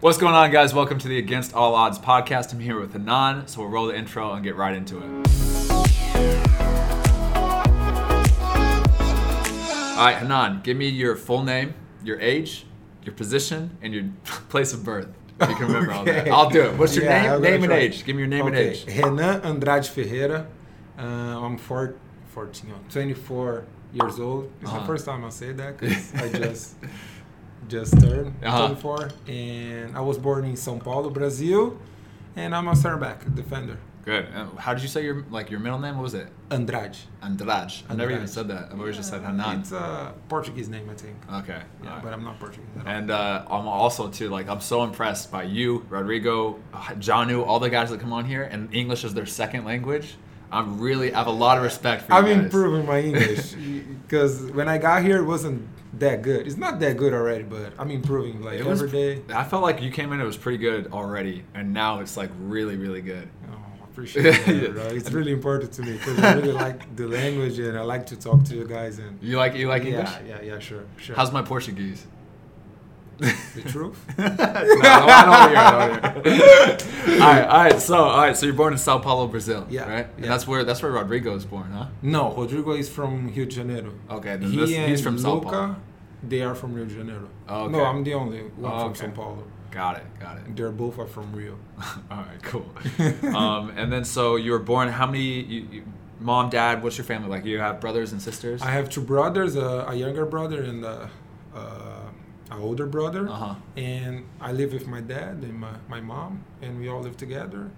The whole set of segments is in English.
What's going on, guys? Welcome to the Against All Odds podcast. I'm here with Anon, so we'll roll the intro and get right into it. All right, Hanan, give me your full name, your age, your position, and your place of birth. If you can remember all that. Okay. I'll do it. What's your Yeah, I'm name, name gonna and try. age? Give me your name and Okay, age. Renan Andrade Ferreira. Uh, I'm four, 14, oh, 24 years old. It's Uh-huh. the first time I say that 'cause I just just turned Uh-huh. 24, and I was born in São Paulo, Brazil, and I'm a center back defender. Good. Uh, How did you say your like your middle name? What was it? Andrade. Andrade. I've never Andrade. even said that. I've always just said Hanan. It's a Portuguese name, I think. Okay. all yeah, right. but I'm not Portuguese. At all. And uh, I'm also too like I'm so impressed by you, Rodrigo, uh, Janu, all the guys that come on here, and English is their second language. I'm really I have a lot of respect for you I'm guys. improving my English because when I got here, it wasn't that good. It's not that good already, but I'm improving like It every day. was- I felt like you came in, it was pretty good already, and now it's like really, really good. Oh, I appreciate that, Yeah. bro. It's really important to me because I really like the language and I like to talk to you guys. And You like you like yeah, English? yeah, yeah, sure, sure. How's my Portuguese? the truth? no, I don't want to hear it, I don't want to hear it. all right, all right. So, all right. So you're born in Sao Paulo, Brazil, Yeah, right? And yeah. that's where that's where Rodrigo was born, huh? No, Rodrigo is from Rio de Janeiro. Okay, then this- he's from Sao Paulo. They are from Rio de Janeiro. Oh, No, okay. I'm the only one Oh, from okay. Sao Paulo. Got it, got it. They're both are from Rio. All right, cool. um, and then, so you were born. How many? You, you, mom, dad. What's your family like? You have brothers and sisters. I have two brothers, a, a younger brother and a, uh, a older brother. Uh-huh. And I live with my dad and my, my mom, and we all live together.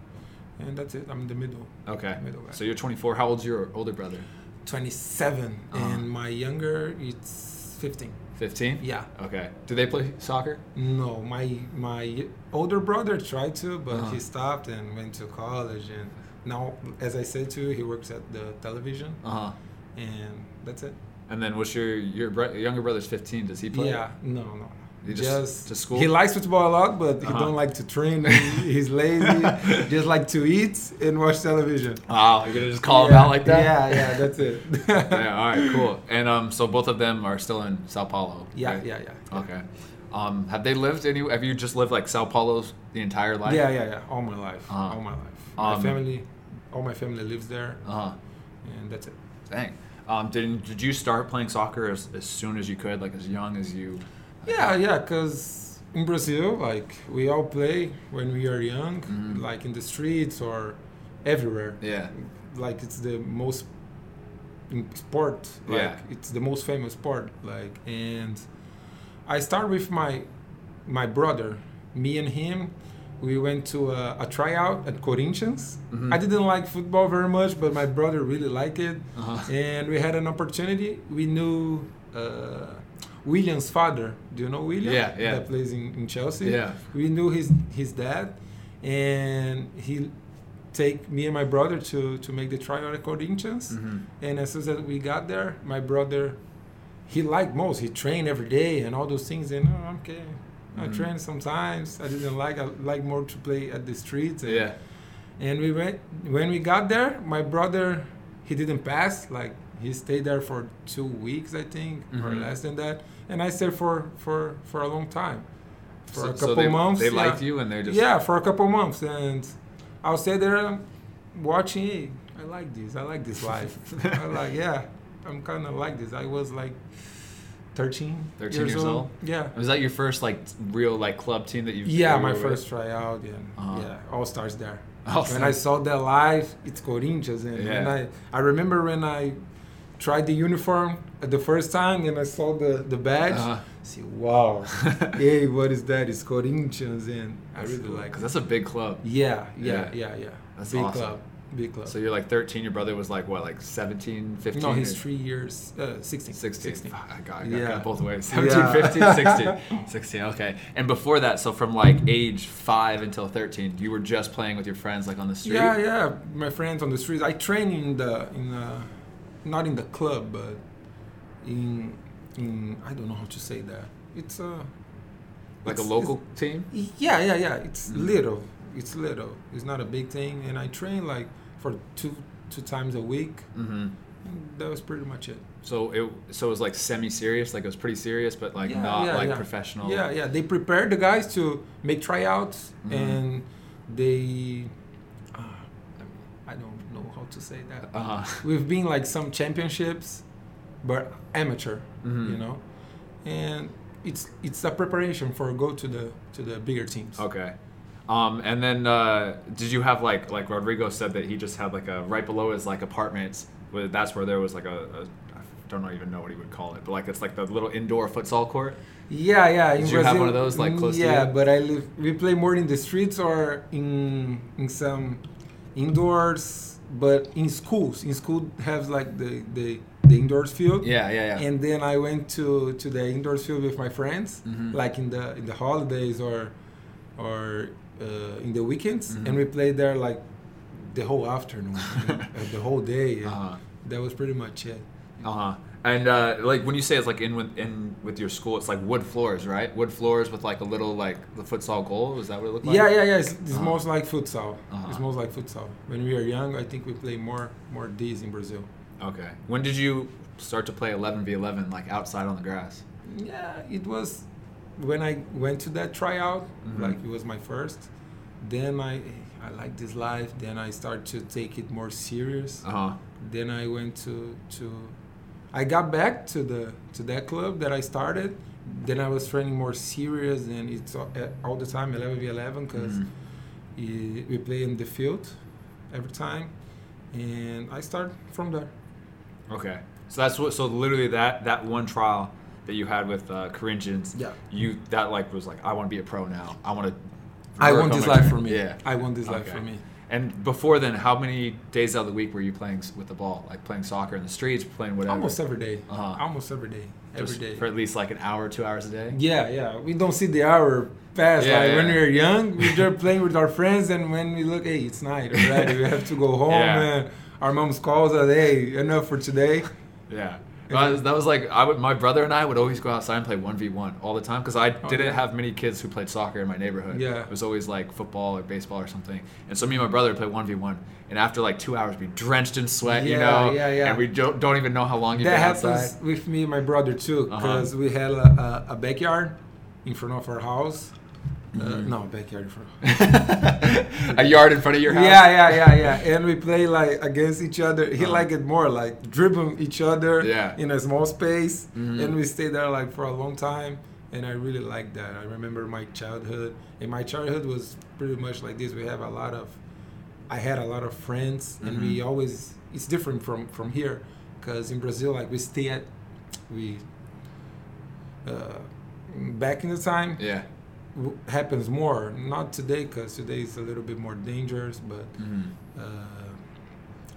And that's it. I'm in the middle. Okay. Middle guy. So you're 24. How old's your older brother? 27 Uh-huh. and my younger it's 15 15. yeah Okay. Do they play soccer? no my my older brother tried to but Uh-huh. he stopped and went to college and now as i said to you he works at the television Uh huh. and that's it And then, what's your your bro- your younger brother's 15? Does he play? yeah no no He just- to school? he likes football a lot but he Uh-huh. don't like to train He- he's lazy just like to eat and watch television Wow. You're gonna just call him Yeah, out like that? yeah yeah that's it yeah. All right. Cool. And um, so both of them are still in Sao Paulo. yeah right? yeah yeah Okay. Um, have they lived any? Have you just lived like Sao Paulo's the entire life? Yeah, yeah, yeah. All my life. Uh-huh. All my life. Um, my family, all my family lives there, Uh huh. and that's it. Dang. Um, did, did you start playing soccer as, as soon as you could, like as young as you? Yeah, yeah. Cause in Brazil, like we all play when we are young, Mhm. like in the streets or everywhere. Yeah. Like it's the most in- sport. Like Yeah. it's the most famous sport. Like and I start with my my brother. Me and him, we went to a, a tryout at Corinthians. Mhm. I didn't like football very much, but my brother really liked it. Uh-huh. and we had an opportunity. We knew uh, William's father. Do you know William? Yeah, yeah. That plays in, in Chelsea. Yeah. We knew his his dad, and he take me and my brother to to make the tryout at Corinthians. Mhm. And as soon as we got there, my brother, he liked most. He trained every day and all those things. And oh, okay, I Mhm. trained sometimes. I didn't like. I like more to play at the streets. and- Yeah. and we went when we got there, my brother he didn't pass. Like he stayed there for two weeks, I think, or Mhm. less than that. And I stayed for for for a long time, for so, a so couple they, months. They yeah. liked you, and they're just yeah, for a couple months, and I'll stay there watching. Hey, I like this. I like this life. I like. Yeah, I'm kind of like this. I was like. 13, 13 years old? Yeah. Was that your first like real like club team that you? Yeah, you my were with? first tryout, and Uh-huh. yeah, all stars there. All when I stars. saw that live, it's Corinthians, and, Yeah. and I, I remember when I tried the uniform at the first time, and I saw the the badge. Uh-huh. See, wow, hey, what is that? It's Corinthians, and I That's really cool, like. 'cause It. that's a big club. Yeah, yeah, Yeah. yeah, yeah. That's big awesome. club, big club. So you're like 13. Your brother was like what, like 17, 15? no, he's or- three years, uh, 16. 16. Fuck, I got, I got, I Yeah. got both ways. Yeah. 17, 15, 16. 16, okay. And before that, so from like age 5 until 13, you were just playing with your friends like on the street? Yeah, yeah. My friends on the streets. I train in the in the, not in the club, but in in I don't know how to say that. It's a Like a it's- local team? it's- yeah, yeah, yeah. It's Mhm. little. It's little. It's not a big thing, and I train like for two two times a week, Mm-hmm. And that was pretty much it. So it so it was like semi-serious, like it was pretty serious, but like Yeah, not yeah, like yeah. professional. Yeah, yeah. They prepared the guys to make tryouts, Mm-hmm. and they. Uh, I don't know how to say that. Uh-huh. We've been like some championships, but amateur, Mhm. you know, and it's it's a preparation for go to the to the bigger teams. Okay. Um, and then uh, did you have like like Rodrigo said that he just had like a right below his like apartments where that's where there was like a, a I don't even know what he would call it, but like it's like the little indoor futsal court. Yeah, yeah. in Did you have Brazil- mm, one of those, like, close to Yeah, you? but I live. We play more in the streets or in in some indoors, but in schools. In school have like the the, the indoors field. Yeah, yeah, yeah. And then I went to to the indoors field with my friends, Mhm. like in the in the holidays or or uh, in the weekends, Mhm. and we played there like the whole afternoon, and, uh, the whole day. and Uh-huh. That was pretty much it. Uh-huh. And uh, like when you say it's like in with in with your school, it's like wood floors, right? Wood floors with like a little like the futsal goal. Is that what it looked like? Yeah, yeah, yeah. It's, it's Uh-huh. most like futsal. It's Uh-huh. most like futsal. When we are young, I think we play more more these in Brazil. Okay. When did you start to play 11 v 11 like outside on the grass? Yeah, it was when I went to that tryout. Mhm. Like it was my first. Then I I like this life. Then I start to take it more serious. Uh huh. Then I went to to I got back to the to that club that I started. Then I was training more serious, and it's all, eh, all the time 11 v 11 because Mhm. Eh, we play in the field every time and i start from there Okay. So that's what. So literally that that one trial that you had with uh, Corinthians. Yeah. You that like was like I want to be a pro now. I want to. i want this life for me Yeah. i want this life Okay. for me And before then, how many days out of the week were you playing s- with the ball, like playing soccer in the streets, playing whatever? almost every day. Uh-huh. almost every day every Just day for at least like an hour, two hours a day. yeah yeah we don't see the hour pass Yeah, like yeah. when we are young we're just playing with our friends and when we look hey it's night already we have to go home Yeah. and our moms calls us hey enough for today Yeah. That was, that was like I would. My brother and I would always go outside and play one v one all the time because I didn't Oh, yeah. have many kids who played soccer in my neighborhood. Yeah. it was always like football or baseball or something. And so me and my brother would play one v one, and after like two hours, be drenched in sweat, you Yeah, know. yeah, yeah. And we don't, don't even know how long you've that been happens outside. with me and my brother too Uh-huh. because we had a, a, a backyard in front of our house uh, Mm-hmm. no backyard in front of a yard in front of your house. Yeah, yeah, yeah, yeah. And we play like against each other. He Uh-huh. like it more like dribbling each other Yeah. in a small space, Mhm. and we stay there like for a long time. And I really like that. I remember my childhood, and my childhood was pretty much like this. We have a lot of, I had a lot of friends, and we Mhm. always. It's different from from here, because in Brazil, like we stay at, we. Uh, back in the time, Yeah. w- happens more. Not today, because today is a little bit more dangerous. But Mhm. uh,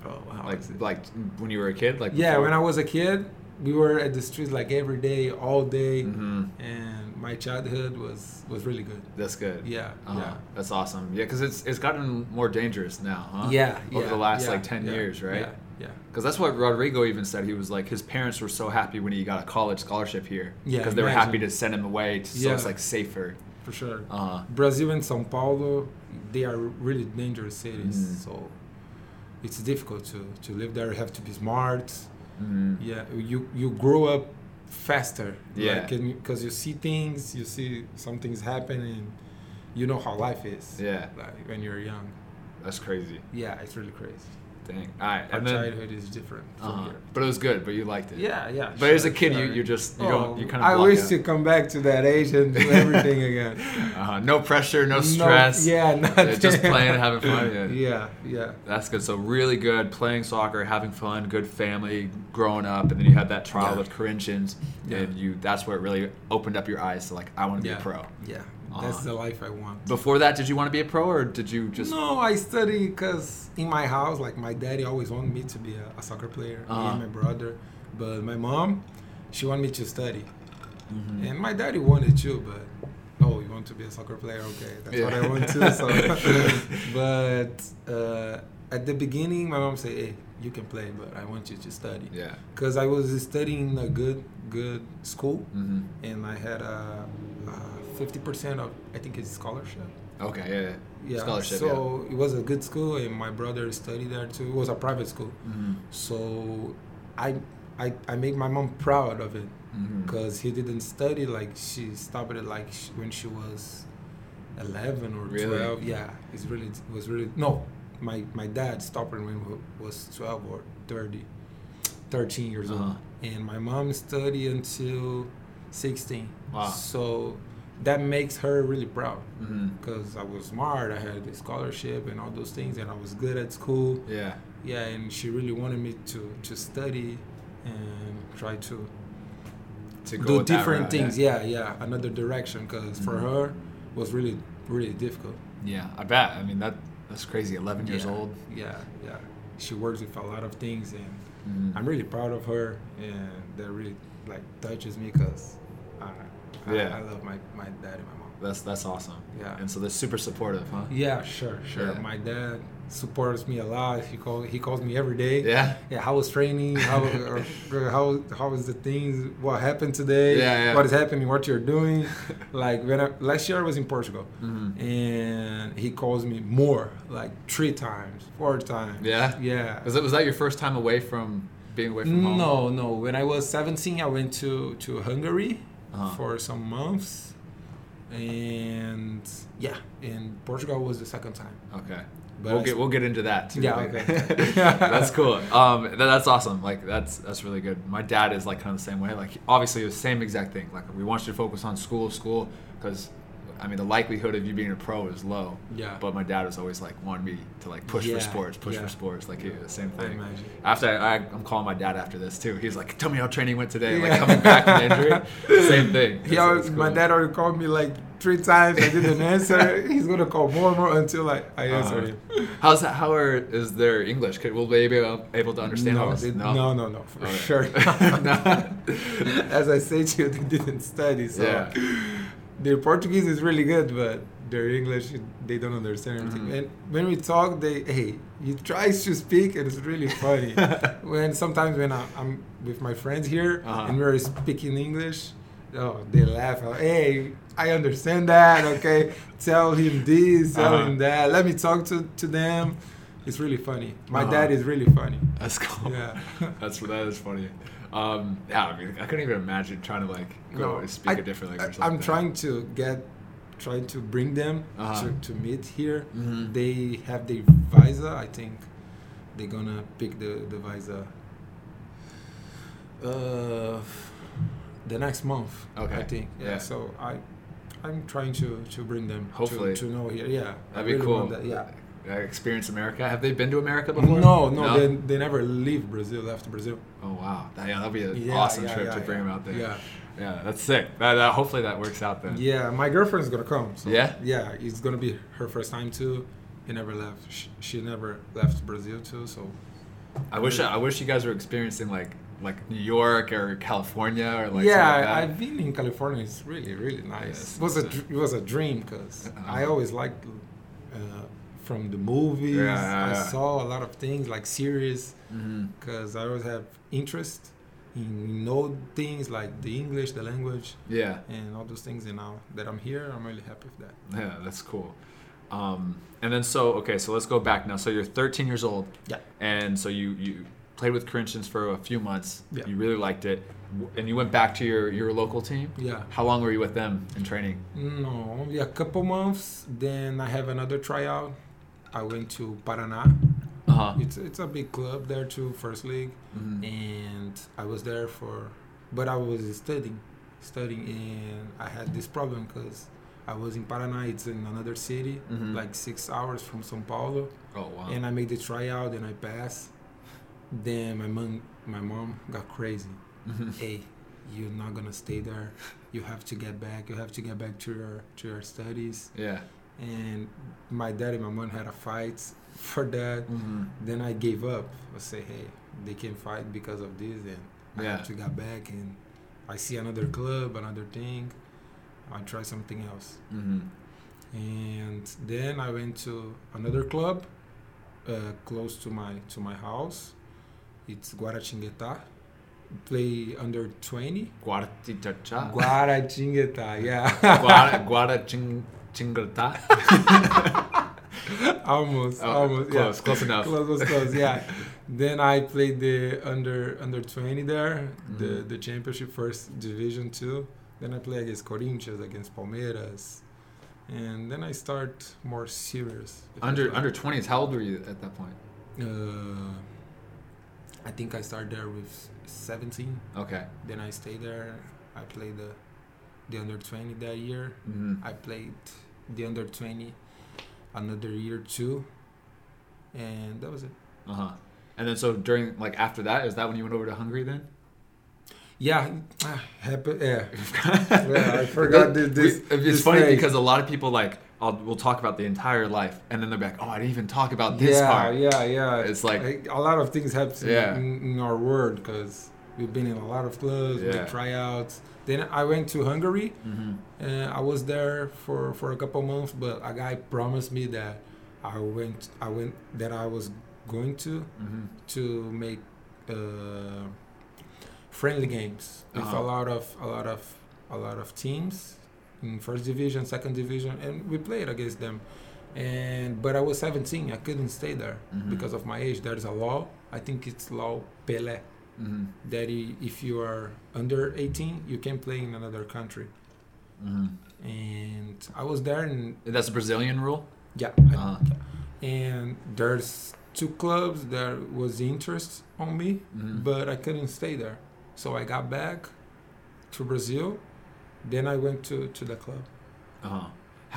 oh, how Like is it? like when you were a kid, like yeah, when I was a kid, we were at the streets like every day, all day, hmm and my childhood was was really good. That's good. Yeah, Uh-huh. yeah. That's awesome. Yeah, because it's it's gotten more dangerous now, huh? Yeah, Uh-huh. Over yeah, the last yeah, like ten yeah, years, right? Yeah, Because that's what Rodrigo even said. He was like, his parents were so happy when he got a college scholarship here. Yeah, Because they were imagine. happy to send him away, to, so Yeah. it's like safer. yeah, for sure. Uh, Brazil and São Paulo, they are really dangerous cities, Mm. so it's difficult to to live there. You have to be smart. mm, yeah you you grow up faster Yeah. because you see things you see some things happening you know how life is Yeah. like when you're young That's crazy. yeah it's really crazy Dang. All right. our And then, childhood is different from uh, here but it was good, but you liked it. yeah yeah Oh, But as a kid, you, you just, you don't, you kind of i wish to come back to that age and do everything again uh No pressure, no stress. yeah They're nothing. just playing and having fun. Yeah. yeah yeah That's good. So really good playing soccer, having fun, good family, growing up, and then you had that trial Yeah. with Corinthians, Yeah. and you that's where it really opened up your eyes to like I want to yeah be a pro. yeah that's Uh-huh. the life i want Before that, did you want to be a pro or did you just no i study because in my house like my daddy always wanted me to be a, a soccer player me Uh-huh. and my brother but my mom she wanted me to study Mhm. and my daddy wanted to but oh you want to be a soccer player okay that's what Yeah. i want to so but uh, at the beginning my mom said hey you can play but i want you to study Yeah. because i was studying in a good good school hmm and i had a, a 50% of i think it's scholarship Okay. Yeah. yeah. yeah, Scholarship. Mm-hmm. So it was a good school, and my brother studied there too. It was a private school, yeah. Mhm. so I, I, I make my mom proud of it Mhm. because he didn't study like she stopped it like sh when she was 11 or Really? 12 yeah it's really it was really no my my dad stopped it when he was 12 or 30 13 years Uh-huh. old and my mom studied until 16 Wow. so that makes her really proud Mhm. because i was smart i had a scholarship and all those things and i was good at school Yeah. yeah and she really wanted me to to study and try to To go do with that different route, things. Yeah, yeah, another direction because for Mhm. her was really really difficult. Yeah, I bet. I mean, that that's crazy. 11 years Yeah, old. Yeah, yeah. She works with a lot of things, and Mhm. I'm really proud of her. And that really like touches me because I, I, Yeah. I love my my dad and my mom. That's that's awesome. Yeah. And so they're super supportive, huh? Yeah, sure, sure. Yeah. My dad supports me a lot. He call he calls me every day. Yeah. Yeah, how was training? How or, or how how is the things? What happened today? Yeah, yeah. What is happening? What you're doing? like when I, last year I was in Portugal, Mhm. and he calls me more, like three times, four times. Yeah? yeah. Was that was that your first time away from being away from home? No, no. When I was 17, I went to to Hungary Uh-huh. for some months, and yeah, and Portugal was the second time. Okay. But we'll I- get we'll get into that too. Yeah, later. okay. that's cool. Um, tha- that's awesome. Like that's that's really good. My dad is like kind of the same way. Like obviously the same exact thing. Like we want you to focus on school, school, because I mean the likelihood of you being a pro is low. Yeah. But my dad was always like wanting me to like push Yeah, for sports, push yeah. for sports. Like yeah, the same I thing. imagine. After I, I, I'm calling my dad after this too. He's like, "Tell me how training went today." Yeah. Like coming back from the injury, same thing. He It's- always, it's my cool. dad already called me like three times. I didn't answer. He's gonna call more and more until I, I answer Uh-huh. him. How's that? How are is their English? Could, will they be able able to understand no, all this? they- no, no, no, for Okay. sure. No. As I said to you, they didn't study, so Yeah. their Portuguese is really good, but their English they don't understand everything. Mhm. And when we talk, they hey, he tries to speak, and it's really funny. when sometimes when I, I'm with my friends here Uh-huh. and we're speaking English, oh, they laugh. Oh, hey, I understand that. Okay, tell him this, tell Uh-huh. him that. Let me talk to to them. It's really funny. My Uh-huh. dad is really funny. That's cool. Yeah. That's that is funny. Um, yeah, I mean, I couldn't even imagine trying to like go and speak I- a different I- language. I'm trying to get, trying to bring them Uh-huh. to, to meet here. Mhm. They have the visa. I think they're gonna pick the the visa. Uh, the next month. I Okay. think. Yeah. Yeah. So I, I'm trying to to bring them. to- Hopefully. To, know here. Yeah. I That'd be really cool. want that, Yeah. Uh, experience America. Have they been to America before? No, no, They, they never leave Brazil. Left Brazil. Oh wow. That, yeah, that'd be an Yeah, awesome yeah, trip yeah, to bring yeah. them out there. Yeah. Yeah, that's sick. That, that hopefully that works out then. Yeah, my girlfriend's gonna come. So Yeah? yeah, it's gonna be her first time too. He never left. She, she never left Brazil too. So I wish I wish you guys were experiencing like like New York or California or like yeah, something like I, that. I've been in California. It's really really nice. Yes, it was a it's, uh, dr- it was a dream because I Uh-huh. always liked uh, from the movies. Yeah, yeah, I yeah. saw a lot of things like series Mhm. because I always have interest in know things like the English, the language, Yeah, and all those things. And now that I'm here, I'm really happy with that. yeah, that's cool. Um, and then so okay, so let's go back now. So you're 13 years old. Yeah. And so you you played with Corinthians for a few months. Yeah. You really liked it, W- and you went back to your your local team. Yeah. How long were you with them in training? No, only a couple months. Then I have another tryout. I went to Paraná. Uh huh. It's it's a big club there too, first league, hmm and I was there for, but I was studying, studying, and I had this problem because I was in Paraná. It's in another city, Mhm. like six hours from São Paulo, Oh wow. and I made the tryout and I passed. Then my mom, my mom got crazy. Mhm. hey, you're not gonna stay there. You have to get back. You have to get back to your to your studies. yeah. and my dad and my mom had a fight for that. hmm Then I gave up. I say, hey, they can fight because of this, and I Yeah. have to get back. And I see another club, another thing. I try something else. hmm And then I went to another club uh, close to my to my house. It's Guaratinguetá. Play under twenty. Guaratitacha. Guaratinguetá, yeah. Guara Guara Ching Chingalta. almost, Oh, almost, close, yeah. close enough. close, was close, yeah. then I played the under under twenty there, the Mhm. the championship first division two. Then I play against Corinthians, against Palmeiras, and then I start more serious. if I Under play. under 20s. How old were you at that point? Uh, I think I started there with seventeen. Okay. Then I stayed there. I played the the under twenty that year. Mhm. I played the under 20 another year too, and that was it. Uh huh. And then so during like after that is that when you went over to Hungary then? Yeah, ah, happy. Yeah, yeah I forgot thi- this. We- it's this funny thing. because a lot of people like I'll, we'll talk about the entire life and then they're like, oh, I didn't even talk about this yeah, part. yeah, yeah. It's like- a lot of things happen Yeah. in, in our world because we've been in a lot of clubs, Yeah. the tryouts. Then I went to Hungary. hmm And I was there for, for a couple months, but a guy promised me that I went. I went that I was going to hmm to make uh, friendly games with Uh-huh. a lot of a lot of a lot of teams in first division, second division, and we played against them. And but I was 17. I couldn't stay there Mhm. because of my age. There is a law. I think it's law Pele hmm that i- if you are under 18, you can play in another country. hmm And I was there, and That's a Brazilian rule. yeah, I- Uh-huh. and there's two clubs that was interest on me Mhm. but I couldn't stay there. So I got back to Brazil. Then I went to, to the club. Uh-huh.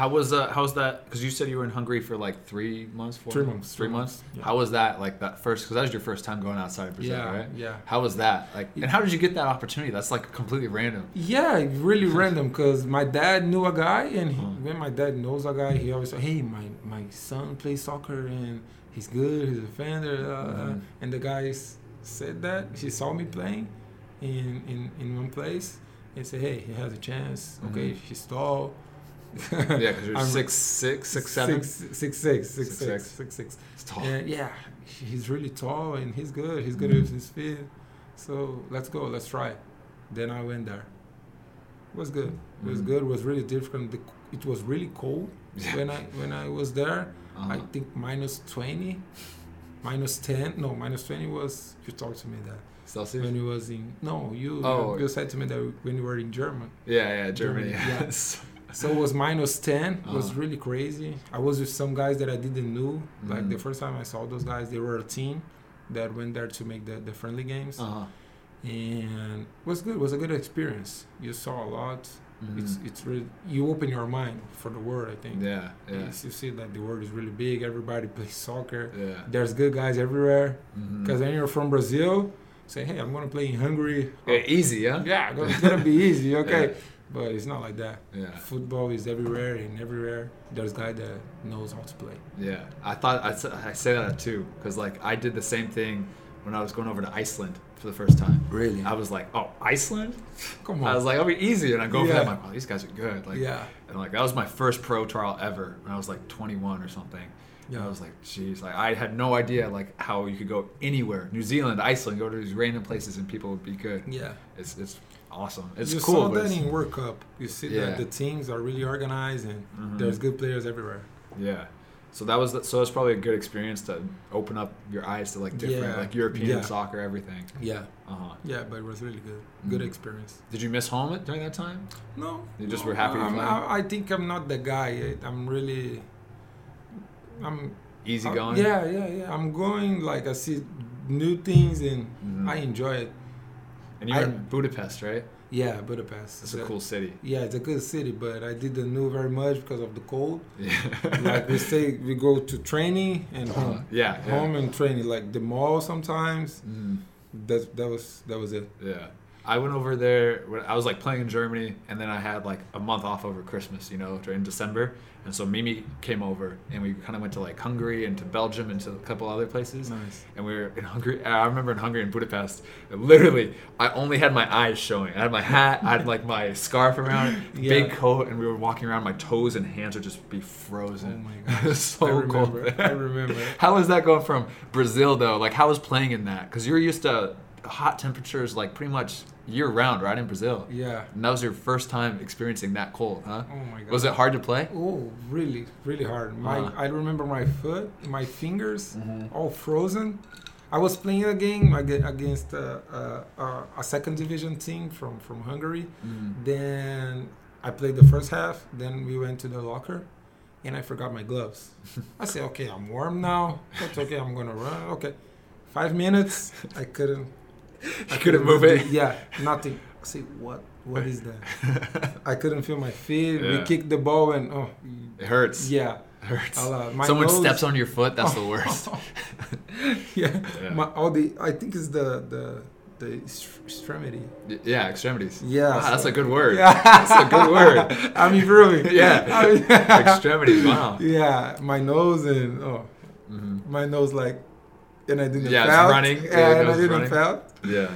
How was uh, how was that? Because you said you were in Hungary for like three months, four Three months, three three months. months, yeah. How was that? Like that first, because that was your first time going outside of Brazil, yeah, right? yeah. How was that? Like, and how did you get that opportunity? That's like completely random. Yeah, really random because my dad knew a guy, and he, Mm. when my dad knows a guy, he always say, "Hey, my, my son plays soccer and he's good. He's a defender." Uh, Mhm. And the guys said that he saw me playing in in, in one place and said, "Hey, he has a chance. Okay, Mhm. he's tall." Yeah, because you're I'm- six, six, six, seven. six, six, six, six, Six, six, six. six, six. It's tall. And yeah, he's really tall and he's good. He's good Mhm. with his feet. So let's go, let's try. Then I went there. It was good. It was Mhm. good. It was really different. The, it was really cold Yeah. when I when I was there. I Uh-huh. think minus twenty, minus ten. No, minus twenty was. You talked to me that Celsius. when you was in. No, you Oh. you, you said to me that when you were in German. yeah, yeah, Germany. Germany, Yes. So it was minus 10. It was Uh-huh. really crazy. I was with some guys that I didn't know. Like Mhm. the first time I saw those guys, they were a team that went there to make the, the friendly games. Uh-huh. And it was good. It was a good experience. You saw a lot. Mhm. It's it's really you open your mind for the world, I think. yeah, yeah, You s- You see that the world is really big. Everybody plays soccer. yeah. There's good guys everywhere. Mhm. Because when you're from Brazil, say, hey, I'm going to play in Hungary. Oh, Yeah, easy, yeah. Yeah, it's going to be easy, okay? But it's not like that Yeah, football is everywhere and everywhere there's guy that knows how to play yeah. I thought I, s- I say that too because like I did the same thing when I was going over to Iceland for the first time. really I was like, oh, Iceland? come on I was like, I'll be easy, and I go over there. I'm Yeah. like, wow, these guys are good. Like, yeah and like that was my first pro trial ever when I was like 21 or something. Yeah. yeah I was like, jeez, like I had no idea like how you could go anywhere, New Zealand, Iceland, go to these random places and people would be good. yeah It's it's awesome. It's you cool. saw but that it's- in world cup you see Yeah. that the teams are really organized and Mhm. there's good players everywhere Yeah. So that was the, so that's probably a good experience to open up your eyes to like different Yeah. like European Yeah. soccer everything. yeah Uh huh. yeah but it was really good good Mhm. experience Did you miss home at- during that time? no You just no, were happy to I'm, play? I, I think i'm not the guy i'm really i'm Easy I'm- going. Uh, yeah yeah yeah i'm going like i see new things and Mhm. i enjoy it And you were I- in Budapest, right? yeah budapest It's a That- cool city. Yeah, it's a good city, but I didn't know very much because of the cold. Yeah. Like we say, we go to training and Uh-huh. home, yeah. Yeah. home and training, like the mall sometimes. Mm. That that was that was it. Yeah. I went over there when I was like playing in Germany and then I had like a month off over Christmas, you know, during December. And so Mimi came over and we kind of went to like Hungary and to Belgium and to a couple other places. Nice. And we were in Hungary. I remember in Hungary in Budapest, literally, I only had my eyes showing. I had my hat, I had like my scarf around, Yeah. big coat, and we were walking around. My toes and hands would just be frozen. Oh my gosh. it was so I cold. remember. there. I remember. How is that going from Brazil though? Like, how was playing in that? Because you're used to hot temperatures like pretty much year round, right in Brazil. Yeah. And that was your first time experiencing that cold, huh? Oh my god. Was it hard to play? Oh, really, really hard. My, Uh-huh. Mm-hmm. I remember my foot, my fingers, all frozen. I was playing a game ag- against uh, uh, uh, a second division team from from Hungary. Mm. Then I played the first half. Then we went to the locker, and I forgot my gloves. I said, "Okay, I'm warm now. That's okay. I'm gonna run. Okay." Five minutes, I couldn't. I couldn't move it? Yeah, nothing. I say, "What? What is that?" Mm. I couldn't feel my feet. Yeah. We kicked the ball and oh, It hurts. yeah, It hurts. I'll, uh, my Someone nose- steps on your foot. That's the worst. yeah. Yeah. My, all the I think it's the the the ex- extremity. Y- Yeah, extremities. Yeah, Wow, that's so- a good word. That's a good word. I'm improving. Yeah. I mean- extremities. Wow. yeah, my nose and oh, hmm my nose like, and I didn't Yeah, it's felt. running, Yeah, so your and I nose is didn't running. felt. Yeah.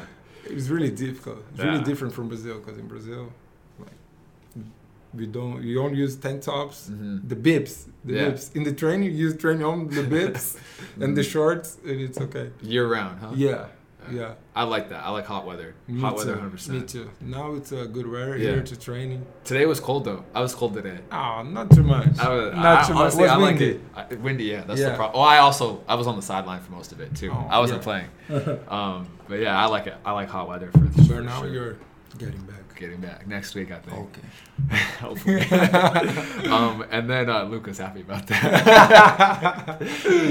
It was really difficult. It's Yeah. really different from Brazil because in Brazil, like, we don't you don't use tank tops. hmm the bibs, the Yeah. Mm-hmm. bibs. In the train, you use train on the bibs and the shorts, and it's okay. Year round, huh? Yeah, yeah. I like that. I like hot weather. Me Uh-huh. hot too. weather, 100%. Me too. Now it's a good weather Yeah. here to training. Today was cold though. I was cold today. Oh, not too much. I was, not I, honestly, too much. I Was like windy. it. I, windy, yeah, that's the Yeah. problem. Oh, I also I was on the sideline for most of it too. Oh, I wasn't playing. um, but yeah, I like it. I like hot weather for the But now you're getting back. getting back next week. I think. Okay. Hopefully. um, and then uh, Luca's happy about that.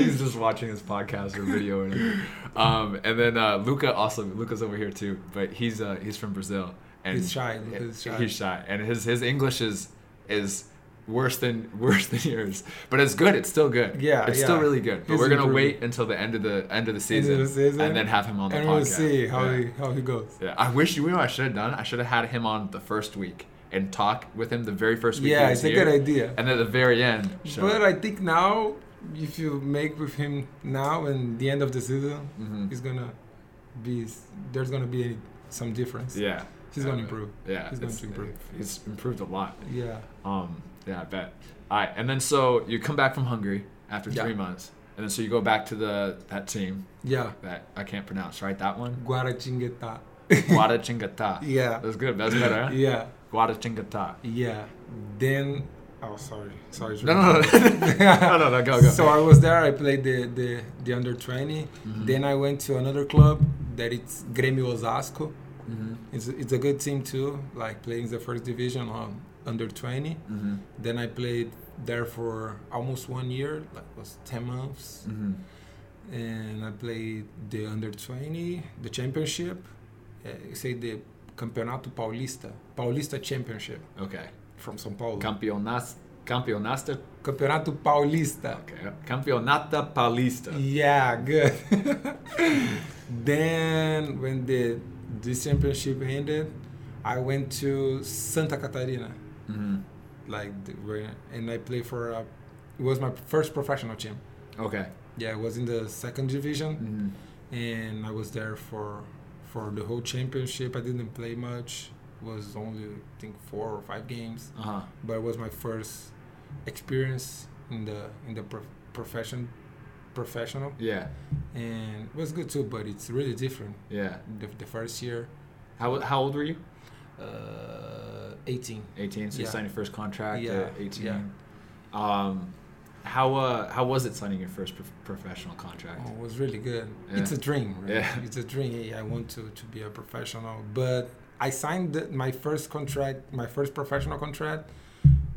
He's just watching his podcast or video or anything. Um, and then uh, Luca also Luca's over here too, but he's uh, he's from Brazil and He's shy. Luca's shy. He's shy, and his his English is is worse than worse than yours, but it's good. It's still good. Yeah, it's still yeah. really good. But He's we're gonna improving. wait until the end of the end of the End season, of the season, and then have him on the and podcast. we'll see how Yeah. he how he goes. Yeah, I wish you knew what I should have done. I should have had him on the first week and talk with him the very first week. he Yeah, was it's a here, good idea. And at the very end, show But it. I think now, if you make with him now and the end of the season, Mhm. he's gonna be there's gonna be some difference. yeah, He's gonna improve. yeah, He's going it's- to improve. He's improved a lot. Yeah. Um, yeah, I bet. All right, and then so you come back from Hungary after Yeah. three months, and then so you go back to the that team Yeah. that I can't pronounce, right? That one, Guarachingeta. Guadalajara. Yeah. That's good. That's better. Huh? Yeah. Guadalajara. Yeah. Then oh sorry. Sorry. No, no, no, no, no, no. Go, go. So I was there, I played the, the, the under 20. Mm-hmm. Then I went to another club that it's Grêmio Osasco. hmm It's, it's a good team too, like playing the first division on under 20. hmm Then I played there for almost one year, like was 10 months. hmm and I played the under 20, the championship, uh, say the Campeonato Paulista, Paulista Championship Okay. from São Paulo. Campeonas, campeonasta Campeonato Paulista. Okay. Campeonata Paulista. Yeah, good. then when the this championship ended, I went to Santa Catarina, Mm-hmm. like the, where, and I played for a, it was my first professional team. Okay. Yeah, it was in the second division. Mm-hmm. and I was there for for the whole championship. I didn't play much; was only I think four or five games, Uh huh. but it was my first experience in the in the pro- profession professional, Yeah. and it was good too. But it's really different. Yeah. The, the first year, How how old were you? uh, eighteen. 18. So you Yeah. signed your first contract Yeah, at 18. yeah. Um, how uh how was it signing your first prof- professional contract? Oh, it was really good. Yeah. It's a dream, right? Yeah. It's a dream. Hey, I want to, to be a professional. But I signed the, my first contract, my first professional contract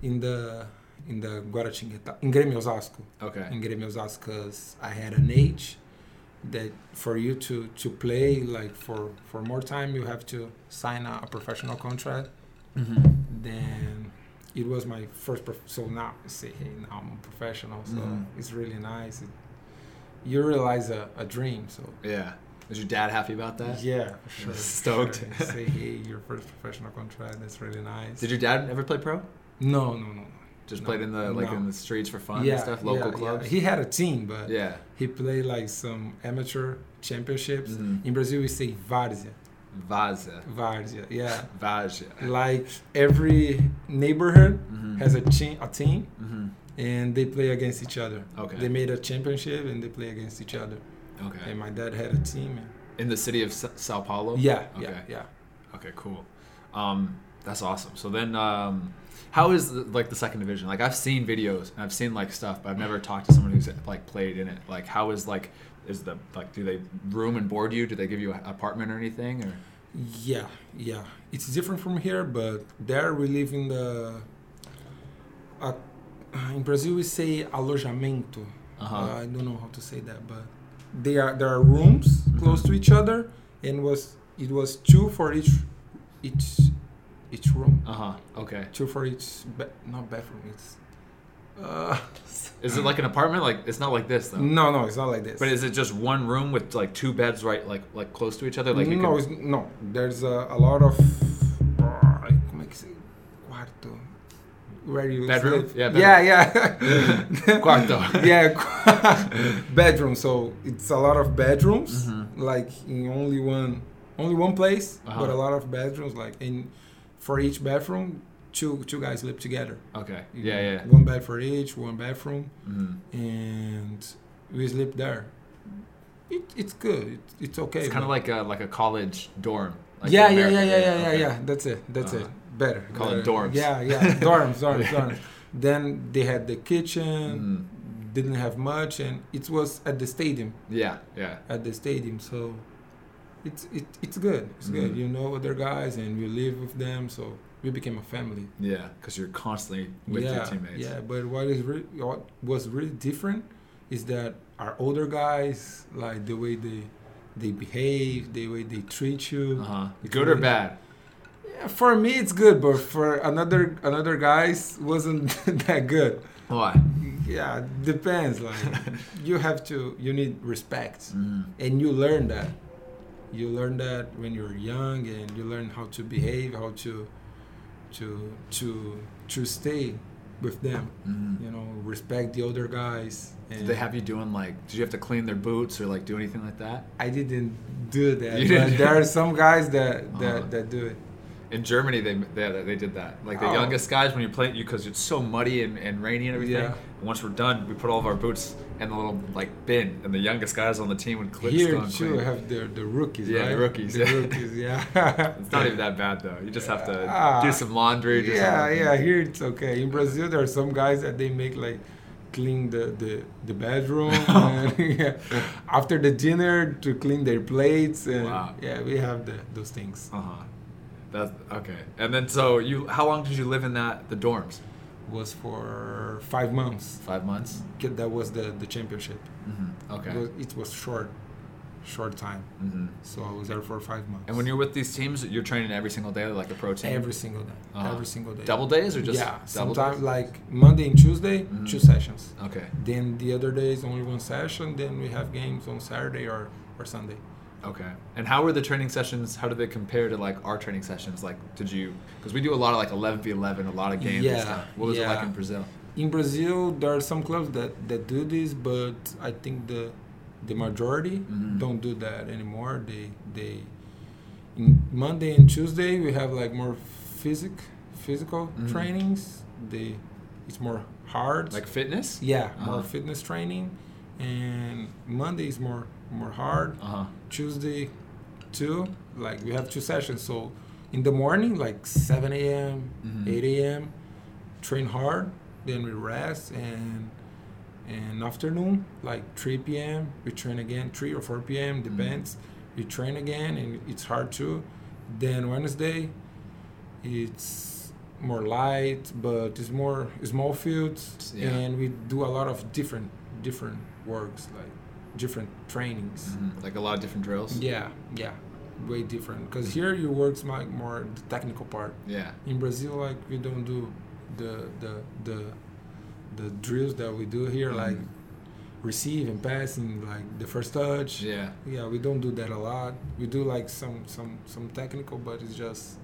in the in the Guaratinguetá, in Grêmio Osasco. Okay. Oh. In Grêmio Osasco, 'cause I had an age that for you to, to play, like for, for more time, you have to sign a, a professional contract. Mm-hmm. Then it was my first, prof- so now I say, hey, now I'm a professional. So Mhm. it's really nice. It, you realize a, a dream, so Yeah. Was your dad happy about that? yeah, for sure. for Stoked. sure. You Say, hey, your first professional contract. That's really nice. Did your dad ever play pro? No, no, no. Just No. played in the like No. in the streets for fun and stuff, yeah, local yeah. clubs. He had a team, but Yeah. he played like some amateur championships. Mhm. In Brazil, we say várzea, Vaza. várzea. Yeah, Vaja. like every neighborhood Mhm. has a team, a team, Mm-hmm. and they play against each other. Okay. They made a championship and they play against each other. Okay. And my dad had a team. in the city of Sa- Sao Paulo. Yeah, Okay. yeah, yeah. Okay. Cool. Um, that's awesome. So then, um, how is the, like the second division? Like I've seen videos and I've seen like stuff, but I've never talked to someone who's like played in it. Like how is like is the like do they room and board you? Do they give you an apartment or anything? Or Yeah, yeah. It's different from here, but there we live in the. Uh, in Brazil, we say alojamento. Uh-huh. Uh, I don't know how to say that, but they are there are rooms Mm-hmm. close to each other, and was it was two for each, each, each room. uh huh. Okay. Two for each, ba- not bathroom. It's. Uh, Is it like an apartment? Like it's not like this though. no, no, it's not like this. But is it just one room with like two beds right like like close to each other? Like you no, can, it's, no. There's a, a lot of. Como é que se. Quarto. Where you Bedroom? sleep. Yeah, yeah, yeah. Quarto. yeah, qu- bedroom. So it's a lot of bedrooms, like in only one, only one place, Mm-hmm. Uh-huh. but a lot of bedrooms. Like in, for each bathroom, two two guys live together. okay. Yeah, yeah. One bed for each, one bathroom, Mm. and we sleep there. It, it's good. It, it's okay. It's kind but- of like a like a college dorm. Like yeah, in yeah, yeah, America, yeah, yeah, yeah, okay. yeah. That's it. That's Uh-huh. it. Better. Call it better. dorms. Yeah, yeah. dorms, dorms, dorms. Then they had the kitchen. Mm. Didn't have much, and it was at the stadium. Yeah, yeah. At the stadium, so it's it, it's good. It's Mhm. good. You know other guys, and we live with them, so we became a family. Yeah, because you're constantly with yeah, your teammates. yeah. But what is re- what was really different is that our older guys, like the way they they behave, the way they treat you. Uh-huh. It's Good or really- bad? Yeah, for me it's good, but for another another guys wasn't that good. Why? Yeah, depends. Like you have to, you need respect, Mm. and you learn that. You learn that when you're young, and you learn how to behave, how to, to to to stay with them. Mm. You know, respect the older guys. And Did they have you doing like? Did you have to clean their boots or like do anything like that? I didn't do that, You but didn't- there are some guys that that, Uh-huh. that do it. In Germany, they they, they did that. Like the Oh. youngest guys, when you play, you because it's so muddy and, and rainy and everything. Yeah. And once we're done, we put all of our boots in the little like bin, and the youngest guys on the team would clip Here go and too clean. have the the rookies. Yeah, the right? rookies, The yeah. rookies. Yeah. It's not even that bad though. You just have to Ah. do some laundry. do yeah, some- yeah. Here it's okay. In Brazil, there are some guys that they make like clean the the, the bedroom and, yeah, after the dinner to clean their plates and Wow. yeah, we have the, those things. Uh huh. That's okay. And then so you, how long did you live in that the dorms? Was for five months. Five months. Kid, That was the the championship. Mm-hmm. Okay. It, was, it was short, short time. Mm-hmm. So I was there for five months. And when you're with these teams, you're training every single day, like a pro team. every single day, Uh-huh. every single day. double days or just yeah, double sometimes days? like Monday and Tuesday, Mhm. two sessions. Okay. Then the other day is only one session. Then we have games on Saturday or, or Sunday. Okay. And how were the training sessions? How do they compare to like our training sessions? Like, did you? Because we do a lot of like 11 v 11, a lot of games and Yeah, stuff. What was it like yeah. in Brazil? In Brazil, there are some clubs that, that do this, but I think the the majority Mhm. don't do that anymore. They they in Monday and Tuesday we have like more physic physical Mhm. trainings. They it's more hard. Like fitness? yeah, Uh-huh. more fitness training, and Monday is more more hard. Uh huh. Tuesday, two. Like we have two sessions. So in the morning, like seven a.m., Mhm. eight a.m., train hard. Then we rest and and afternoon, like three p.m., we train again. Three or four p.m. depends. We train again, and it's hard too. Then Wednesday, it's more light, but it's more small fields, Yeah. and we do a lot of different different works, like different trainings. Mhm. Like a lot of different drills. Yeah, yeah, way different. Because here you work like more the technical part. Yeah. In Brazil, like we don't do the the the the drills that we do here, like Mhm. receive and pass and like the first touch. Yeah. Yeah, we don't do that a lot. We do like some some some technical, but it's just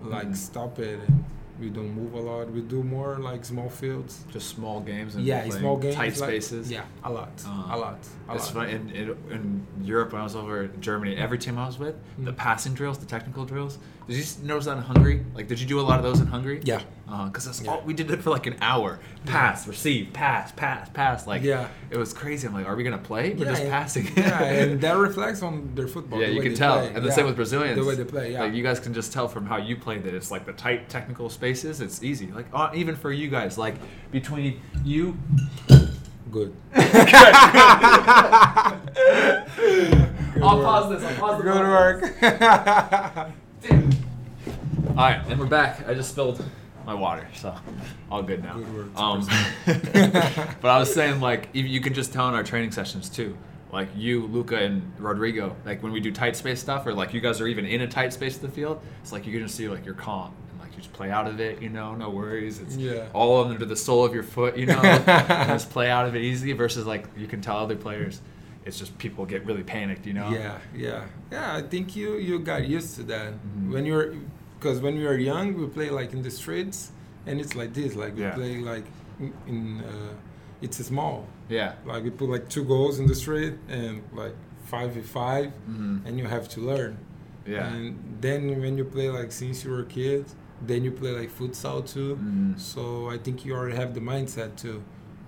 like Mhm. stop it and We don't move a lot. We do more like small fields. Just small games and Yeah, playing small games. tight like- spaces. Yeah, a lot, Uh, a lot, a It's lot. funny in, in, in Europe when I was over in Germany. Every team I was with, the Mm. passing drills, the technical drills. Did you s- notice that in Hungary? Like, did you do a lot of those in Hungary? Yeah. Because that's Yeah. all we did it for like an hour. Pass, receive, pass, pass, pass. Like, Yeah. it was crazy. I'm like, are we gonna play? We're Yeah, just and- passing. yeah, and that reflects on their football. Yeah, the you way can they tell. play. And the Yeah, same with Brazilians. The way they play, yeah. Like you guys can just tell from how you play that it's like the tight technical spaces. It's easy. Like uh, even for you guys, like between you, Good. I'll pause this. I'll pause the Good work. All right, and we're back. I just spilled my water, so all good now. Good words, um, but I was saying like you- you can just tell in our training sessions too. Like you, Luca, and Rodrigo, like when we do tight space stuff, or like you guys are even in a tight space of the field, it's like you can just see like you're calm and like you just play out of it, you know, no worries. It's Yeah. all under the sole of your foot, you know, and just play out of it easy. Versus like you can tell other players, it's just people get really panicked, you know. Yeah, yeah, yeah. I think you you got used to that Mm-hmm. when you're because when we were young, we play like in the streets, and it's like this. Like we Yeah. play like in, in uh, it's small. Yeah. Like we put like two goals in the street and like five v 5 Mm-hmm. and you have to learn. Yeah. And then when you play like since you were a kid, then you play like futsal too. Mhm. So I think you already have the mindset to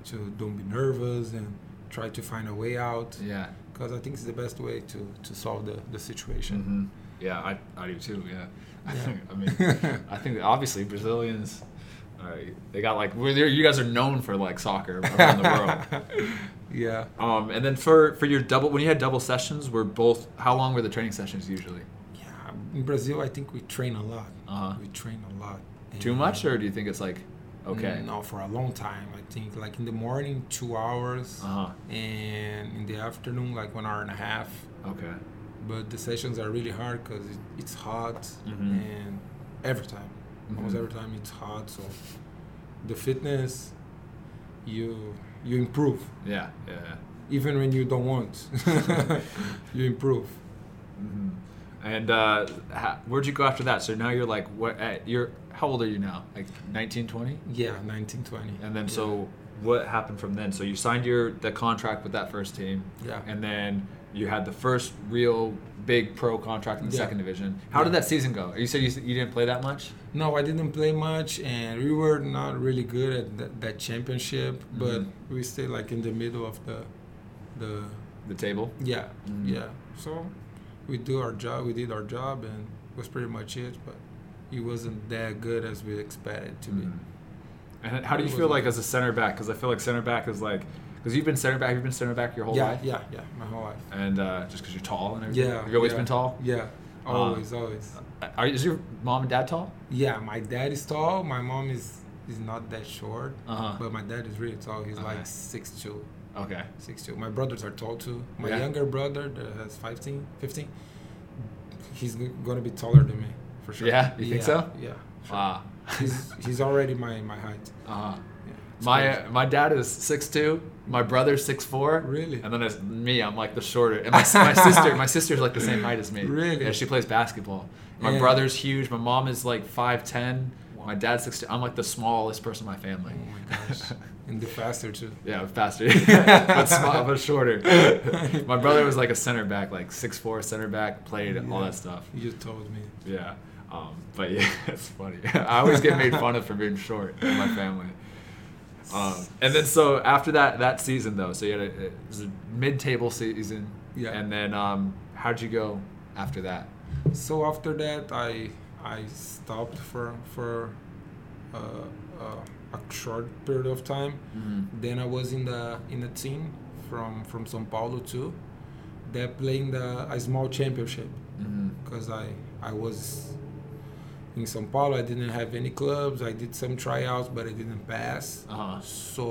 to don't be nervous and try to find a way out Yeah. because I think it's the best way to, to solve the, the situation. hmm Yeah, I, I do too. Yeah, I Yeah. think I mean, I think that obviously Brazilians, uh, they got like we're, they're- you guys are known for like soccer Mm-hmm. around the world. Yeah. Um, and then for for your double when you had double sessions, were both how long were the training sessions usually? Yeah. In Brazil, I think we train a lot. Uh-huh. We train a lot. Too And- Mm, much, or do you think it's like okay? No, for a long time. I think like in the morning, two hours, Uh and in the afternoon, like one hour and a half. huh. Okay. But the sessions are really hard because it, it's hot, Mhm. and every time, almost Mhm. every time, it's hot. So the fitness, you you improve Yeah. Yeah. yeah. even when you don't want. you improve. hmm And uh, ha- where'd you go after that? So now you're like what? At, you're how old are you now? Like 19, 20? Yeah, 1920. And then so what happened from then? So you signed your the contract with that first team. Yeah. And then you had the first real big pro contract in the Yeah. second division. How did Yeah. that season go? You said you, s- you didn't play that much? No, I didn't play much, and we were not really good at that, that championship. But Mhm. we stayed like in the middle of the, the The table? yeah, Mhm. yeah. So we do our job. We did our job, and was pretty much it. But it wasn't that good as we expected to be. Mhm. And how do you Mm-hmm. It feel wasn't- like as a center back? Because I feel like center back is like, because you've been center back, you've been center back your whole yeah, life. yeah, yeah. My whole life. And uh, just because you're tall and everything. Yeah. You've always yeah, been tall? Uh, Yeah, always, always. Are, is your mom and dad tall? Yeah, my dad is tall. My mom is is not that short, Uh huh. but my dad is really tall. He's Okay. like six two. Okay. six two. My brothers are tall too. My Yeah. younger brother that has 15, 15, he's g- gonna be taller than me for sure. Yeah? You think so? Yeah, sure. Wow. he's he's already my my height. Uh huh. Yeah, it's My uh, crazy. my dad is six two. My brother's six four. Really? And then it's me. I'm like the shorter. And my, my sister my sister's like the same height as me. Really? Yeah, she plays basketball. My Yeah. brother's huge. My mom is like five ten. My dad's six two. I'm like the smallest person in my family. oh my gosh, and the faster too. yeah, faster, but small, but shorter. my brother was like a center back, like six four center back, played all Yeah. that stuff. You told me. Yeah. Um, but yeah, it's funny. I always get made fun of for being short in my family. Um, and then so after that that season though, so you had a, it was a mid-table season. Yeah. And then um, how'd you go after that? So after that, I I stopped for for uh, uh, a short period of time. Mm-hmm. Then I was in the in a team from from São Paulo too. They're playing the a small championship Mm-hmm. because I I was in São Paulo. I didn't have any clubs. I did some tryouts, but I didn't pass. Uh-huh. So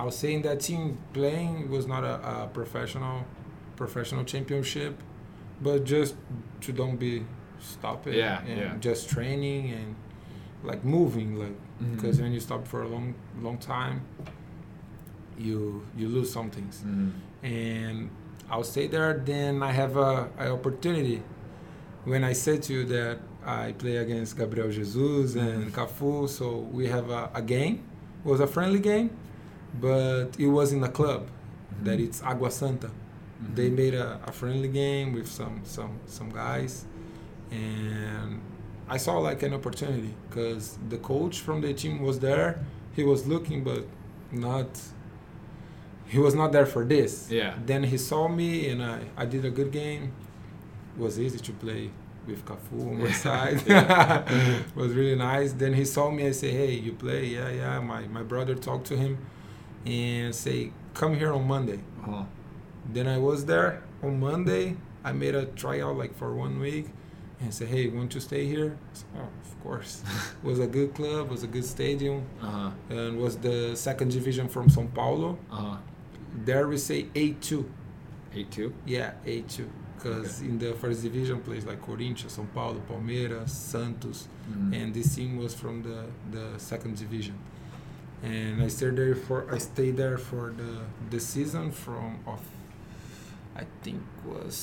I was saying that team playing was not a, a professional professional championship, but just to don't be stopping. Yeah, and yeah. Just training and like moving, like Mhm. because when you stop for a long long time, you you lose some things. Mm-hmm. And I'll stay there. Then I have a, a opportunity. When I said to you that I play against Gabriel Jesus and Cafu, so we have a, a game. It was a friendly game, but it was in a club that it's Agua Santa. Mm-hmm. They made a, a friendly game with some some some guys, and I saw like an opportunity because the coach from the team was there. He was looking, but not. He was not there for this. Yeah. Then he saw me, and I I did a good game. It was easy to play with Cafu on my Yeah. side. Yeah. It was really nice. Then he saw me. I say, hey, you play? Yeah, yeah. My my brother talked to him, and say, come here on Monday. Uh-huh. Then I was there on Monday. I made a tryout like for one week and said, hey, want to stay here? I said, oh, of course. it was a good club, was a good stadium, Uh-huh. and was the second division from Sao Paulo. Uh-huh. There we say A2. Eight two. Yeah, A2. Because Okay. in the first division, plays like Corinthians, Sao Paulo, Palmeiras, Santos, Mhm. and this team was from the, the second division. And I stayed there for I stayed there for the the season from of I think was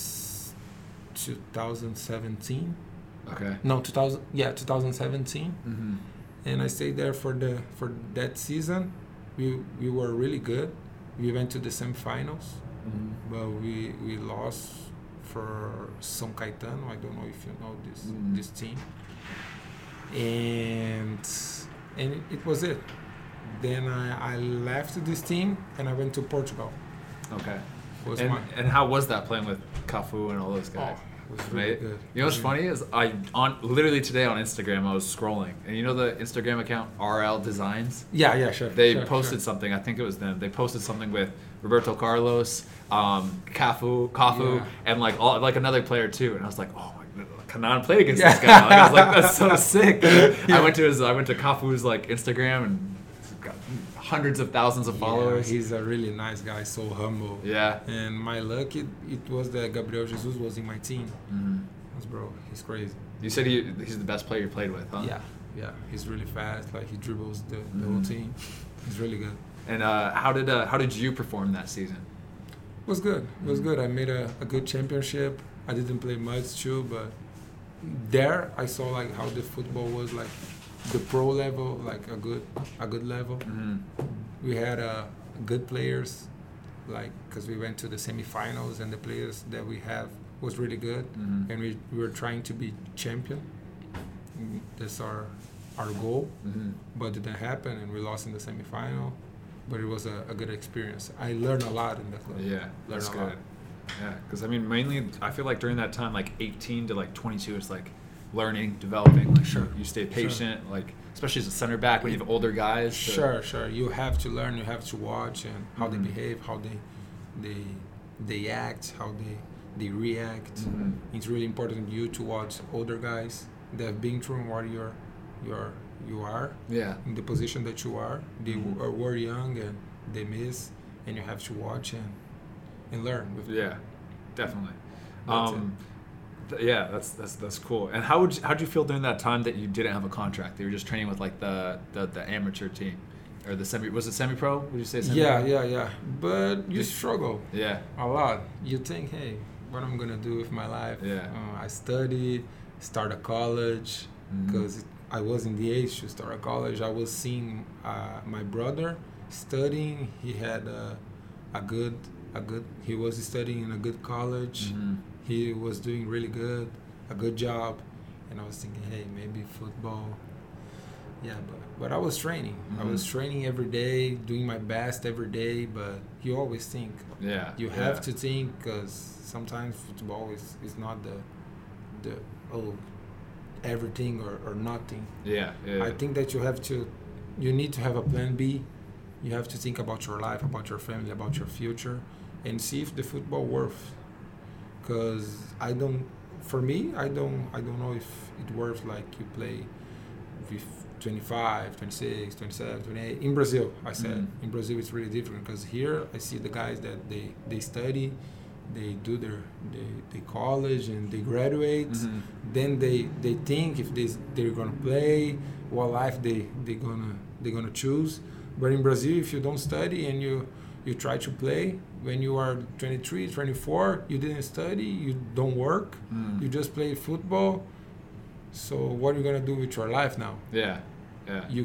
2017. Okay. No, 2000 yeah, 2017. Mm-hmm. And I stayed there for the for that season. We we were really good. We went to the semifinals, Mm-hmm. but we we lost for São Caetano. I don't know if you know this Mm. this team. And and it, it was it. Then I, I left this team and I went to Portugal. Okay. Was And, my, and how was that playing with Cafu and all those oh, guys? it was really Right? good. You know what's Yeah. funny is I on literally today on Instagram I was scrolling and you know the Instagram account RL Designs. Yeah, yeah, sure. They sure, posted sure. something. I think it was them. They posted something with Roberto Carlos, um, Cafu, Cafu, Yeah. and like all like another player too. And I was like, oh my, god, Kanan played against Yeah. this guy. Like, I was like, that's so sick. Yeah. I went to his I went to Cafu's like Instagram and he's got hundreds of thousands of Yeah, followers. he's a really nice guy, so humble. yeah. And my luck, it, it was that Gabriel Jesus was in my team. Mhm. Because, Bro, he's crazy. You said he, he's the best player you played with, huh? Yeah, yeah. He's really fast. Like he dribbles the, the whole Mhm. team. He's really good. And uh, how did uh, how did you perform that season? It was good. It was good. I made a, a good championship. I didn't play much too, but there I saw like how the football was like the pro level, like a good a good level. Mhm. We had uh, good players, like because we went to the semifinals and the players that we have was really good, Mhm. and we, we were trying to be champion. Mm, That's our our goal. Mhm. but it didn't happen and we lost in the semifinal but it was a, a good experience i learned a lot in that club Yeah, that's a good. lot. Yeah, because I mean, mainly I feel like during that time, like 18 to like 22, it's like learning, developing. Like Sure. you stay Sure. patient. Like especially as a center back when you have older guys. to- sure sure you have to learn you have to watch and how Mhm. they behave how they they they act how they they react Mhm. it's really important you to watch older guys that have been through what you're you're you are Yeah. in the position that you are they Mhm. were, were young and they miss and you have to watch and and learn with Yeah. Definitely. That's um, th- yeah, that's that's that's cool. And how would you, how'd you feel during that time that you didn't have a contract? You were just training with like the the, the amateur team or the semi was it semi pro? Would you say semi? yeah yeah yeah but you struggle Yeah. a lot. You think, hey, what I'm gonna do with my life? Yeah. Uh, I study, start a college, Mhm. because I was in the age to start a college. I was seeing uh, my brother studying. He had a, a good, a good. He was studying in a good college. Mhm. He was doing really good, a good job, and I was thinking, hey, maybe football. Yeah, but, but I was training. I Mhm. was training every day, doing my best every day. But you always think, Yeah. you have yeah. to think because sometimes football is, is not the the oh everything or, or nothing Yeah. Yeah. i think that you have to you need to have a plan b you have to think about your life about your family about your future and see if the football worth because i don't for me i don't i don't know if it worth like you play with 25 26 27 28 in brazil i said Mhm. in brazil it's really different because here i see the guys that they they study they do their they, they college and they graduate Mhm. then they they think if they they're gonna play what life they they gonna they gonna choose but in brazil if you don't study and you you try to play when you are 23 24 you didn't study you don't work Mm. you just play football So what are you gonna do with your life now? Yeah. Yeah. You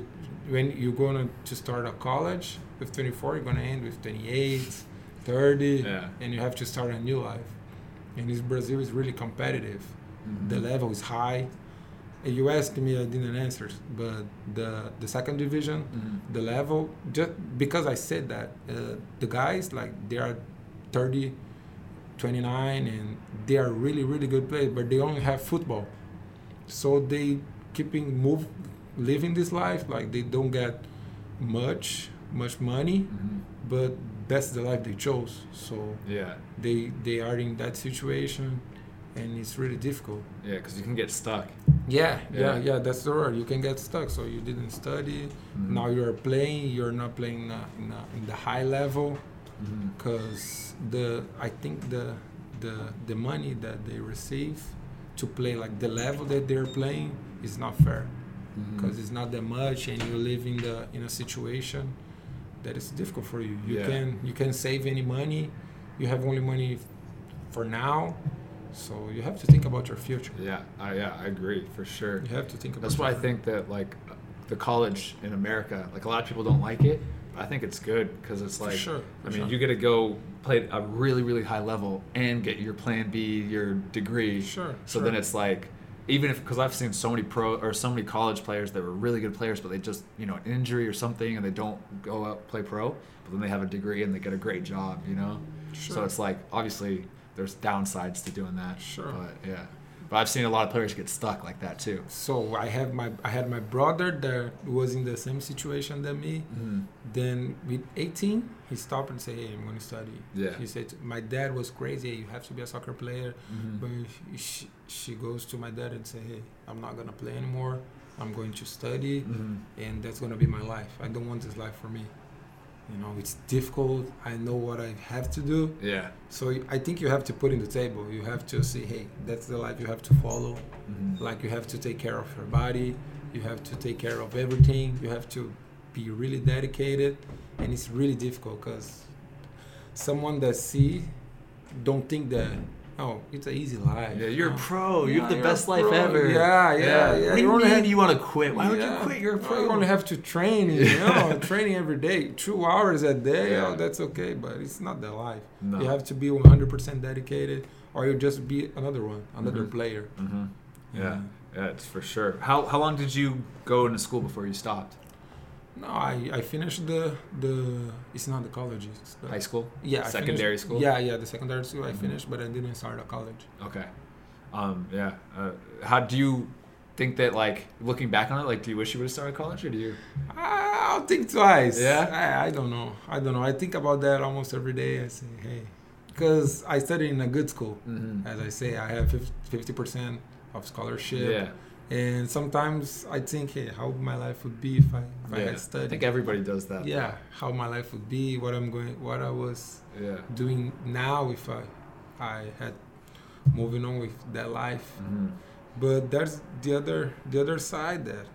when you're gonna to start a college with 24, you're gonna end with 28, 30, Yeah. and you have to start a new life. And this Brazil is really competitive. Mm-hmm. The level is high. And You asked me, I didn't answer, but the the second division, Mm-hmm. the level just because I said that uh, the guys like they are 30 29 and they are really really good players but they only have football so they keeping move living this life like they don't get much much money but that's the life they chose so Mm-hmm. Yeah. they they are in that situation and it's really difficult Yeah. Because you can get stuck. yeah, yeah, Yeah. yeah. That's the word. You can get stuck. So you didn't study. Mm-hmm. Now you're playing. You're not playing uh, in, uh, in the high level Mm-hmm. because the I think the the the money that they receive to play like the level that they're playing is not fair Mm-hmm. because it's not that much, and you live in the in a situation that is difficult for you. You Yeah. can you can save any money. You have only money for now, so you have to think about your future. Yeah. I, yeah. I agree for sure. You have to think about. That's why I your- think that like the college in America, like a lot of people don't like it. I think it's good because it's like, sure, for I mean, sure. you get to go play at a really, really high level and get your Plan B, your degree. Sure, So sure. then it's like, even if because I've seen so many pro or so many college players that were really good players, but they just you know an injury or something and they don't go out play pro, but then they have a degree and they get a great job, you know. So Sure. it's like obviously there's downsides to doing that. Sure. But yeah. But I've seen a lot of players get stuck like that too. So I have my I had my brother that was in the same situation than me. Then with 18, he stopped and said, "Hey, I'm going to study." Yeah. He said, "My dad was crazy. You have to be a soccer player." But she, she goes to my dad and say, "Hey, I'm not going to play anymore. I'm going to study, and that's going to be my life. I don't want this life for me. You know, it's difficult. I know what I have to do. Yeah. So you- I think you have to put in the table. You have to say, hey, that's the life you have to follow. Like you have to take care of your body. You have to take care of everything. You have to be really dedicated, and it's really difficult because someone that see don't think that oh, it's an easy life. Oh, Yeah, you're a No. pro. you Yeah, have the you're best a life pro. ever. Yeah, yeah, yeah. What do You you only mean have- you want to quit? Why would Yeah. you quit? You're a Well, pro. You only have to train, you know, training every day, two hours a day. Yeah. Oh, that's okay, but it's not the life. No. You have to be 100% dedicated, or you'll just be another one, another player. yeah, Mm-hmm. yeah, it's for sure. How how long did you go into school before you stopped? No, I, I finished the the it's not the college, it's the High school? Uh, yeah I Secondary finished- school? Yeah, yeah, the secondary school I finished, but I didn't start a college. Okay. Um. Yeah. Uh, how do you think that like looking back on it, like, do you wish you would have started college or do you? I- I'll think twice. Yeah? I, I don't know. I don't know. I think about that almost every day. I say, hey, because I studied in a good school. Mhm. As I say, I have fifty percent of scholarship. And sometimes I think, hey, how my life would be if I if I Yeah. had I studied. think everybody does that. yeah, how my life would be, what I'm going, what I was Yeah. doing now if I I had moving on with that life. Mhm. But there's the other the other side that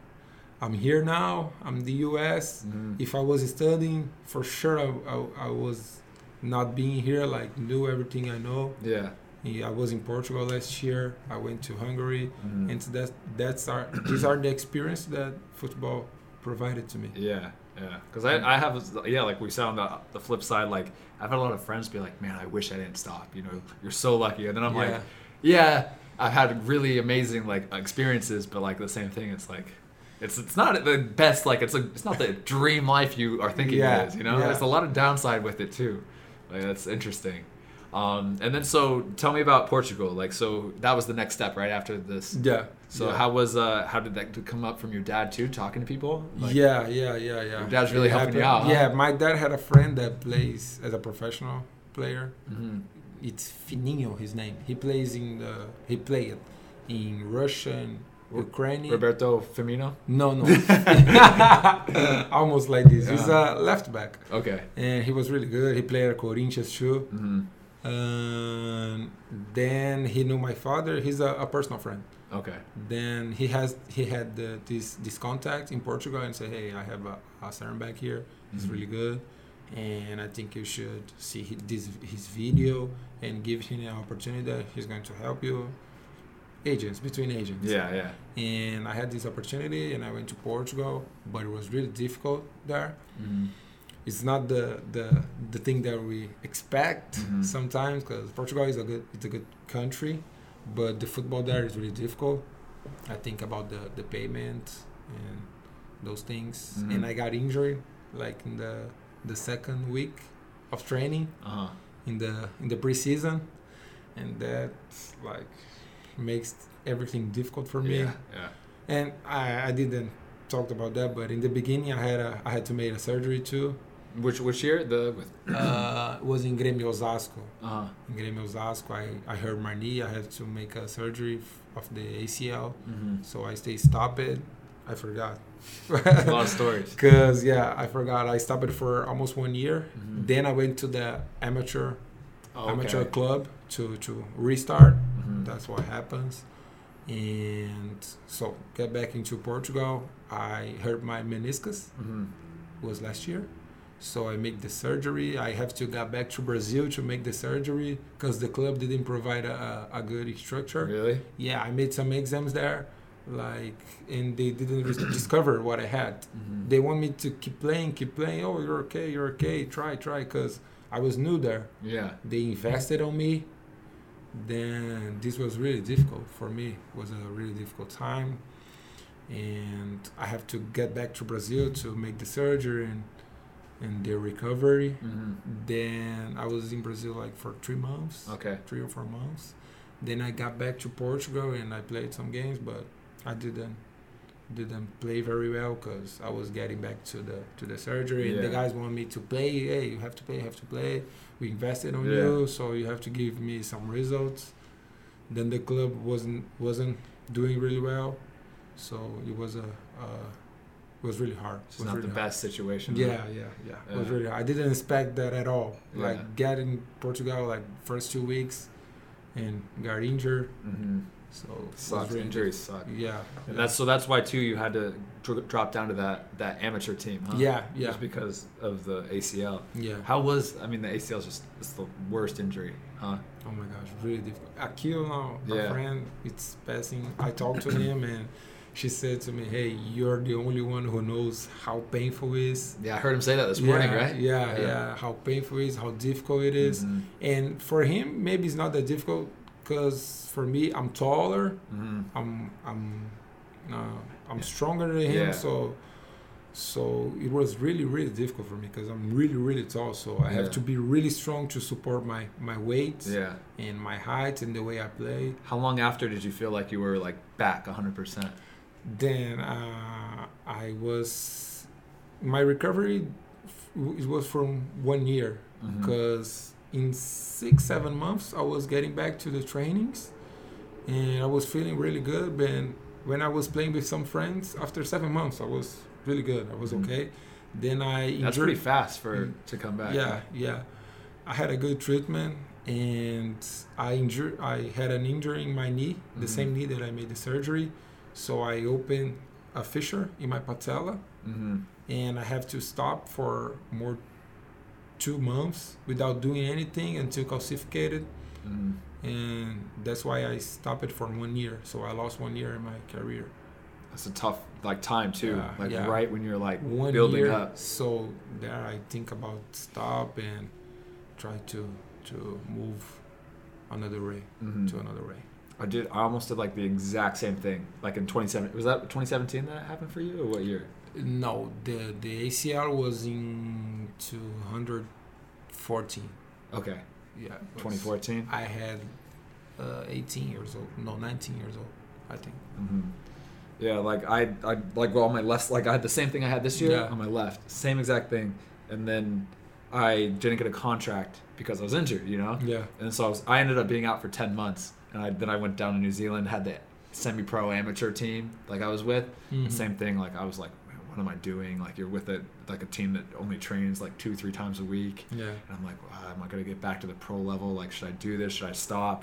I'm here now. I'm in the U.S. Mhm. If I was studying, for sure I, I, I was not being here. Like knew everything I know. Yeah. Yeah, I was in Portugal last year. I went to Hungary, Mhm. and so that's that's our these are the experience that football provided to me. Yeah, yeah. Because I, I have, yeah, like we said on the, the flip side, like I've had a lot of friends be like, man, I wish I didn't stop. You know, you're so lucky. And then I'm like, Yeah. yeah, I've had really amazing like experiences, but like the same thing, it's like, it's, it's not the best like it's a, it's not the dream life you are thinking Yeah, it is you know yeah. there's a lot of downside with it too like that's interesting um, and then so tell me about Portugal like so that was the next step right after this Yeah. so yeah. how was uh how did that come up from your dad too talking to people Like- yeah, yeah, yeah, yeah. Your dad's really It helping you happened- out, huh? Yeah, my dad had a friend that plays as a professional player. Mhm. It's Fininho, his name. He plays in the he played in Russian, Ukrainian. Roberto Firmino. no, no, almost like this. He's a left back, Okay. and he was really good. He played at Corinthians too. Mm-hmm. Um, then he knew my father. He's a, a personal friend. Okay. Then he has he had the, this this contact in Portugal and said, hey, I have a, a center back here. He's Mhm. really good, and I think you should see hi- this his video and give him an opportunity. that He's going to help you. agents between agents. Yeah, yeah. And I had this opportunity, and I went to Portugal, but it was really difficult there. Mm. It's not the the, the thing that we expect Mhm. sometimes, because Portugal is a good it's a good country, but the football there is really difficult. I think about the the payment and those things, Mhm. and I got injured like in the the second week of training Uh-huh. in the in the preseason, and that like makes everything difficult for me. Yeah, yeah. And I, I didn't talk about that, but in the beginning I had a I had to make a surgery too. Which which year? The with Uh, it was in Grêmio Osasco. uh In Grêmio Osasco, I, I hurt my knee. I had to make a surgery f- of the ACL, mm so I stay stopped it. I forgot. a lot of stories. Cause yeah, I forgot. I stopped it for almost one year. Mhm. Then I went to the amateur Oh, amateur okay. club to to restart. Mhm. That's what happens. And so get back into Portugal. I hurt my meniscus Mhm. was last year. So I make the surgery. I have to go back to Brazil to make the surgery because the club didn't provide a, a a good structure. Really? Yeah, I made some exams there, like, and they didn't re- discover what I had. Mhm. They want me to keep playing, keep playing. Oh, you're okay, you're okay. Try, try, because I was new there Yeah. they invested on me then this was really difficult for me it was a really difficult time and i have to get back to brazil to make the surgery and and the recovery hmm then i was in brazil like for three months Okay. three or four months then i got back to portugal and i played some games but i didn't didn't play very well because i was getting back to the to the surgery and the Yeah. guys want me to play hey you have to play you have to play we invested on Yeah. you so you have to give me some results then the club wasn't wasn't doing really well so it was a uh, it was really hard It's Was not really the hard. best situation. huh? Yeah, yeah, yeah. It was Yeah. really. I didn't expect that at all. Like Yeah. getting Portugal like first two weeks, and got injured. Mhm. So it was Sucks. really- Injuries suck. Yeah. yeah. And that's so that's why too you had to dr- drop down to that that amateur team. Huh? Yeah, yeah. Just because of the ACL. yeah. How was I mean the ACL is just it's the worst injury, huh? Oh my gosh, really difficult. Akil now, Yeah. a friend, it's passing. I talked to him and she said to me, "Hey, you're the only one who knows how painful it is." Yeah, I heard him say that this yeah, morning, right? Yeah, yeah, How painful it is, how difficult it is. Mhm. And for him, maybe it's not that difficult because for me, I'm taller. Mhm. I'm I'm uh, I'm stronger than him. Yeah. So so it was really really difficult for me because I'm really really tall. So I Yeah. have to be really strong to support my my weight Mm-hmm. Yeah. and my height and the way I play. How long after did you feel like you were like back 100%? Then uh, I was my recovery. f- It was from one year Mhm. because in six seven months i was getting back to the trainings and i was feeling really good and when i was playing with some friends after seven months i was really good i was Mhm. okay then i injured That's pretty fast for Mm. to come back. yeah yeah i had a good treatment and i injured i had an injury in my knee the Mhm. same knee that i made the surgery so i opened a fissure in my patella Mhm. and I have to stop for more two months without doing anything until calcificated, Mhm. and that's why I stopped it for one year. So I lost one year in my career. That's a tough like time too. Yeah, like yeah. right when you're like One building year. up. So there, I think about stop and try to to move another way Mhm. to another way. I did. I almost did like the exact same thing. Like in 2017. Was that 2017 that happened for you, or what year? No, the the ACL was in 214. Okay, Yeah, it was- 2014. I had uh, 18 years old, no, 19 years old, I think. hmm Yeah, like I, I like well, on my left, like I had the same thing I had this year Yeah. on my left, same exact thing, and then I didn't get a contract because I was injured, you know. Yeah. And so I was, I ended up being out for 10 months, and I then I went down to New Zealand, had the semi-pro amateur team like I was with, Mm-hmm. And same thing, like I was like, "Man, what am I doing? Like you're with a like a team that only trains like two, three times a week. Mm-hmm. Yeah. And I'm like, wow, am I gonna get back to the pro level? Like, should I do this? Should I stop?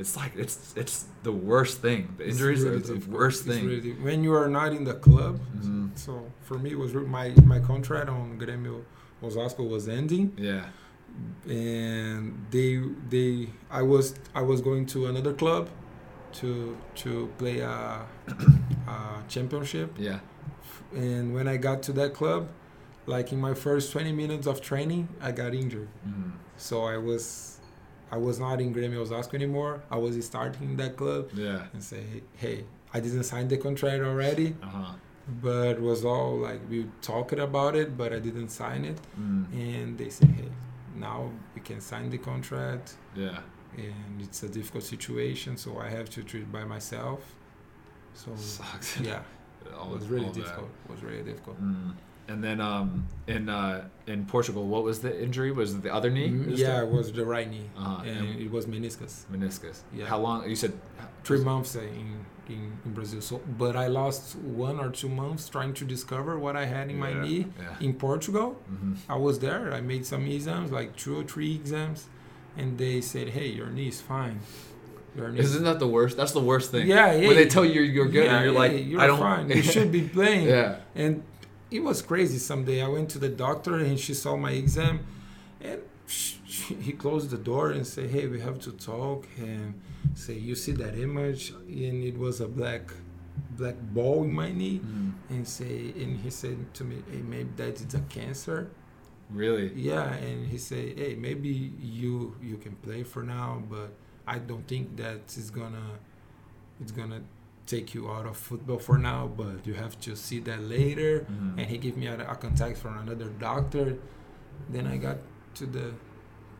It's like it's it's the worst thing. The injuries are the worst thing. when you are not in the club, Mhm. so for me, it was re- my my contract on Grêmio Osasco was ending, Yeah. and they they I was I was going to another club to to play a, a championship. Yeah. And when I got to that club, like in my first 20 minutes of training, I got injured. Mm. So I was I was not in Grêmio Osasco anymore. I was starting that club Yeah. and say, hey, I didn't sign the contract already, Uh huh. but was all like we talked about it, but I didn't sign it. Mm. And they said, hey, now we can sign the contract Yeah. and it's a difficult situation, so I have to treat by myself. So Sucks. Um, yeah, it All- was really all that. difficult. It was really difficult. Mm. And then um, in uh, in Portugal, what was the injury? Was it the other knee? Mm, Is Yeah, it- it was the right knee, Uh-huh. and it was meniscus. meniscus. Yeah. How long? You said Three months uh, in, in in Brazil. So, but I lost one or two months trying to discover what I had in my Yeah, knee Yeah. in Portugal. Mm-hmm. I was there. I made some exams, like two or three exams, and they said, "Hey, your knee is fine. Your knee." Isn't that the worst? That's the worst thing. Yeah, yeah. When they tell you you're good, Yeah, and you're yeah, like, you're I don't. fine. You should be playing. yeah. And it was crazy. Someday I went to the doctor and she saw my exam, and sh sh he closed the door and said, "Hey, we have to talk." And say, "You see that image?" And it was a black, black ball in my knee. Mm. And say, and he said to me, "Hey, maybe that is a cancer." Really. Yeah, and he say, "Hey, maybe you you can play for now, but I don't think that is gonna it's gonna take you out of football for now. But you have to see that later." Mm. and he gave me a, a contact from another doctor. Then I got to the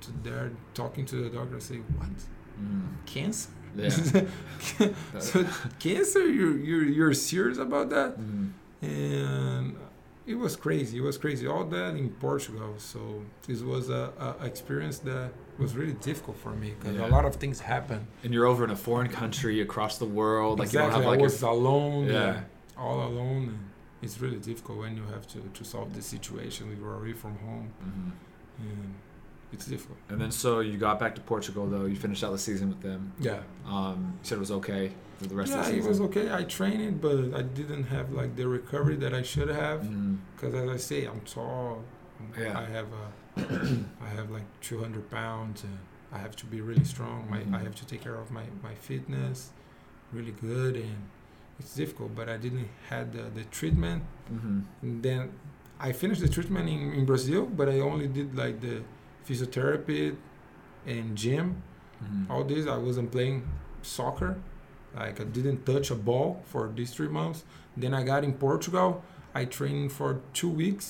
to there talking to the doctor. I say, what Mm. cancer? Yeah. so cancer? You you you're serious about that? Mm. And it was crazy. It was crazy. All that in Portugal. So this was a, a experience that was really difficult for me because Yeah. a lot of things happened. And you're over in a foreign country, across the world. Like you don't have I like your was alone. Yeah. all alone. And it's really difficult when you have to, to solve the situation. We were away from home. Mhm. and it's difficult. And then so you got back to Portugal though. You finished out the season with them. Yeah, Um, you said it was okay for the rest of yeah, the it season. was okay. I trained, but I didn't have like the recovery that I should have. Mhm. Because as I say, I'm tall. Yeah. I have a, I have like 200 pounds, and I have to be really strong. My, I Mhm. have to take care of my my fitness, really good, and it's difficult. But I didn't had the, the treatment. Mhm. And then I finished the treatment in, in Brazil, but I only did like the physiotherapy and gym. Mhm. all this i wasn't playing soccer like i didn't touch a ball for these three months then i got in portugal i trained for two weeks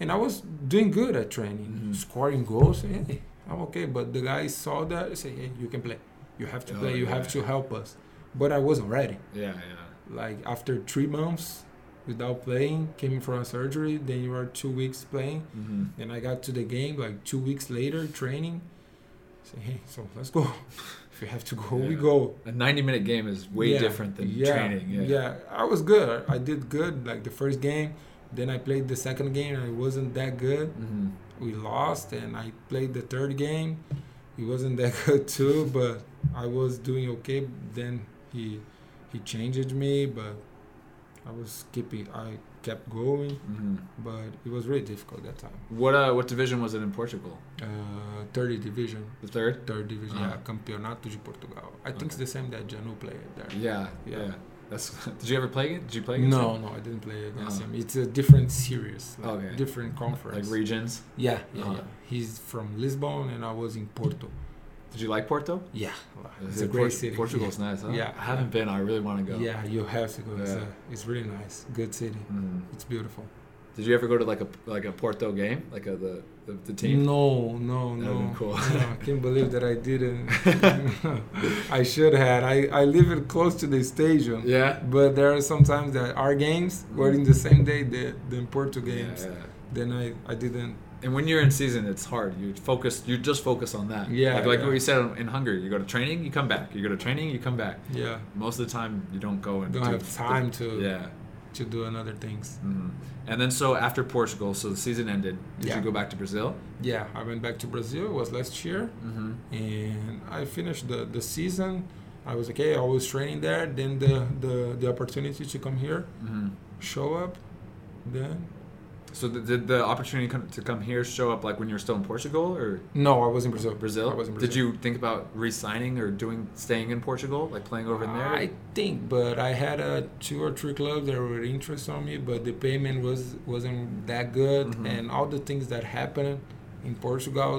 and i was doing good at training Mhm. scoring goals hey, i'm okay but the guys saw that and say hey you can play you have to Oh, play you yeah. have to help us but i wasn't ready Yeah, yeah. like after three months without playing came from surgery then you are two weeks playing Mm-hmm. and I got to the game like two weeks later, training. Say, hey, so let's go. If we have to go, we Yeah. go. A 90 minute game is way Yeah, different than yeah, training. Yeah. I was good. I I did good like the first game. Then I played the second game. I wasn't that good. Mm-hmm. We lost, and I played the third game. It wasn't that good too, but I was doing okay. Then he he changed me, but I was keeping. I kept going, Mm-hmm. but it was really difficult that time. What uh, what division was it in Portugal? Uh, 30 division. The third? third division, Ah. yeah, Campeonato de Portugal. I think it's the same that Janu played there. Yeah, yeah. Yeah. That's. Did you ever play it? Did you play against No, Them? no, I didn't play against Ah. him. It's a different series, like Okay. different Like conference. regions. yeah, yeah, Ah. yeah. He's from Lisbon, and I was in Porto. Did you like Porto? Yeah, it's Yeah, a great Port- city. Portugal's nice. Huh? Yeah. I haven't been. I really want to go. Yeah, you have to go. It's, Yeah. a, it's really nice. Good city. Mm. It's beautiful. Did you ever go to like a like a Porto game, like a, the, the the team? No, no, That'd been no. cool. no. I can't believe that I didn't. I should have. I, I live it close to the stadium. Yeah. But there are sometimes that our games were in the same day the the Porto games. Yeah, yeah. Then I I didn't. And when you're in season, it's hard. You focus. You just focus on that. Yeah, Like, like yeah. what you said in- in Hungary, you go to training, you come back. You go to training, you come back. Yeah, Most of the time, you don't go and don't do have time The, to yeah. to do another things. Mm. And then so after Portugal, so the season ended. Did Yeah. you go back to Brazil? Yeah, I went back to Brazil. It was last year, Mm-hmm. and I finished the the season. I was okay. I was training there. Then the the the opportunity to come here Mm-hmm. show up. Then So th- did the opportunity come, to come here show up like when you were still in Portugal or No, I was in Brazil. Brazil? I was in Brazil. Did you think about re-signing or doing staying in Portugal, like playing over in there? I think, but I had a two or three clubs that were interested on me, but the payment was wasn't that good, Mhm. and all the things that happened in Portugal,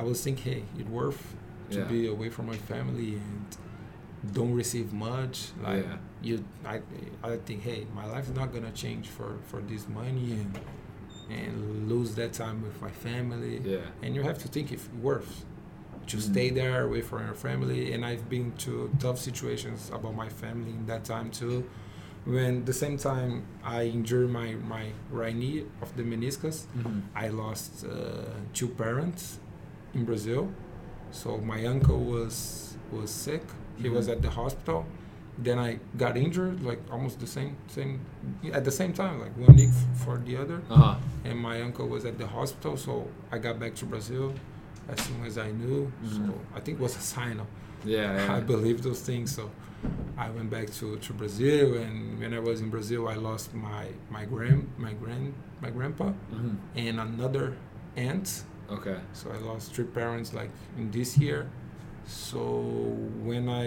I was thinking, hey, it worth to Yeah. be away from my family and don't receive much. Like Yeah. you, I, I think, hey, my life is not gonna change for for this money and and lose that time with my family yeah. and you have to think if worth to Mm. stay there away from your family and i've been to tough situations about my family in that time too when the same time i injured my my right knee of the meniscus Mm-hmm. i lost uh, two parents in brazil so my uncle was was sick he was Mhm. at the hospital then i got injured like almost the same same at the same time like one week f- for the other Uh huh. and my uncle was at the hospital so i got back to brazil as soon as i knew Mhm. so i think it was a sign up Yeah. yeah. i believe those things so i went back to, to brazil and when i was in brazil i lost my my grand my grand my grandpa Mhm. and another aunt Okay. so i lost three parents like in this year so when i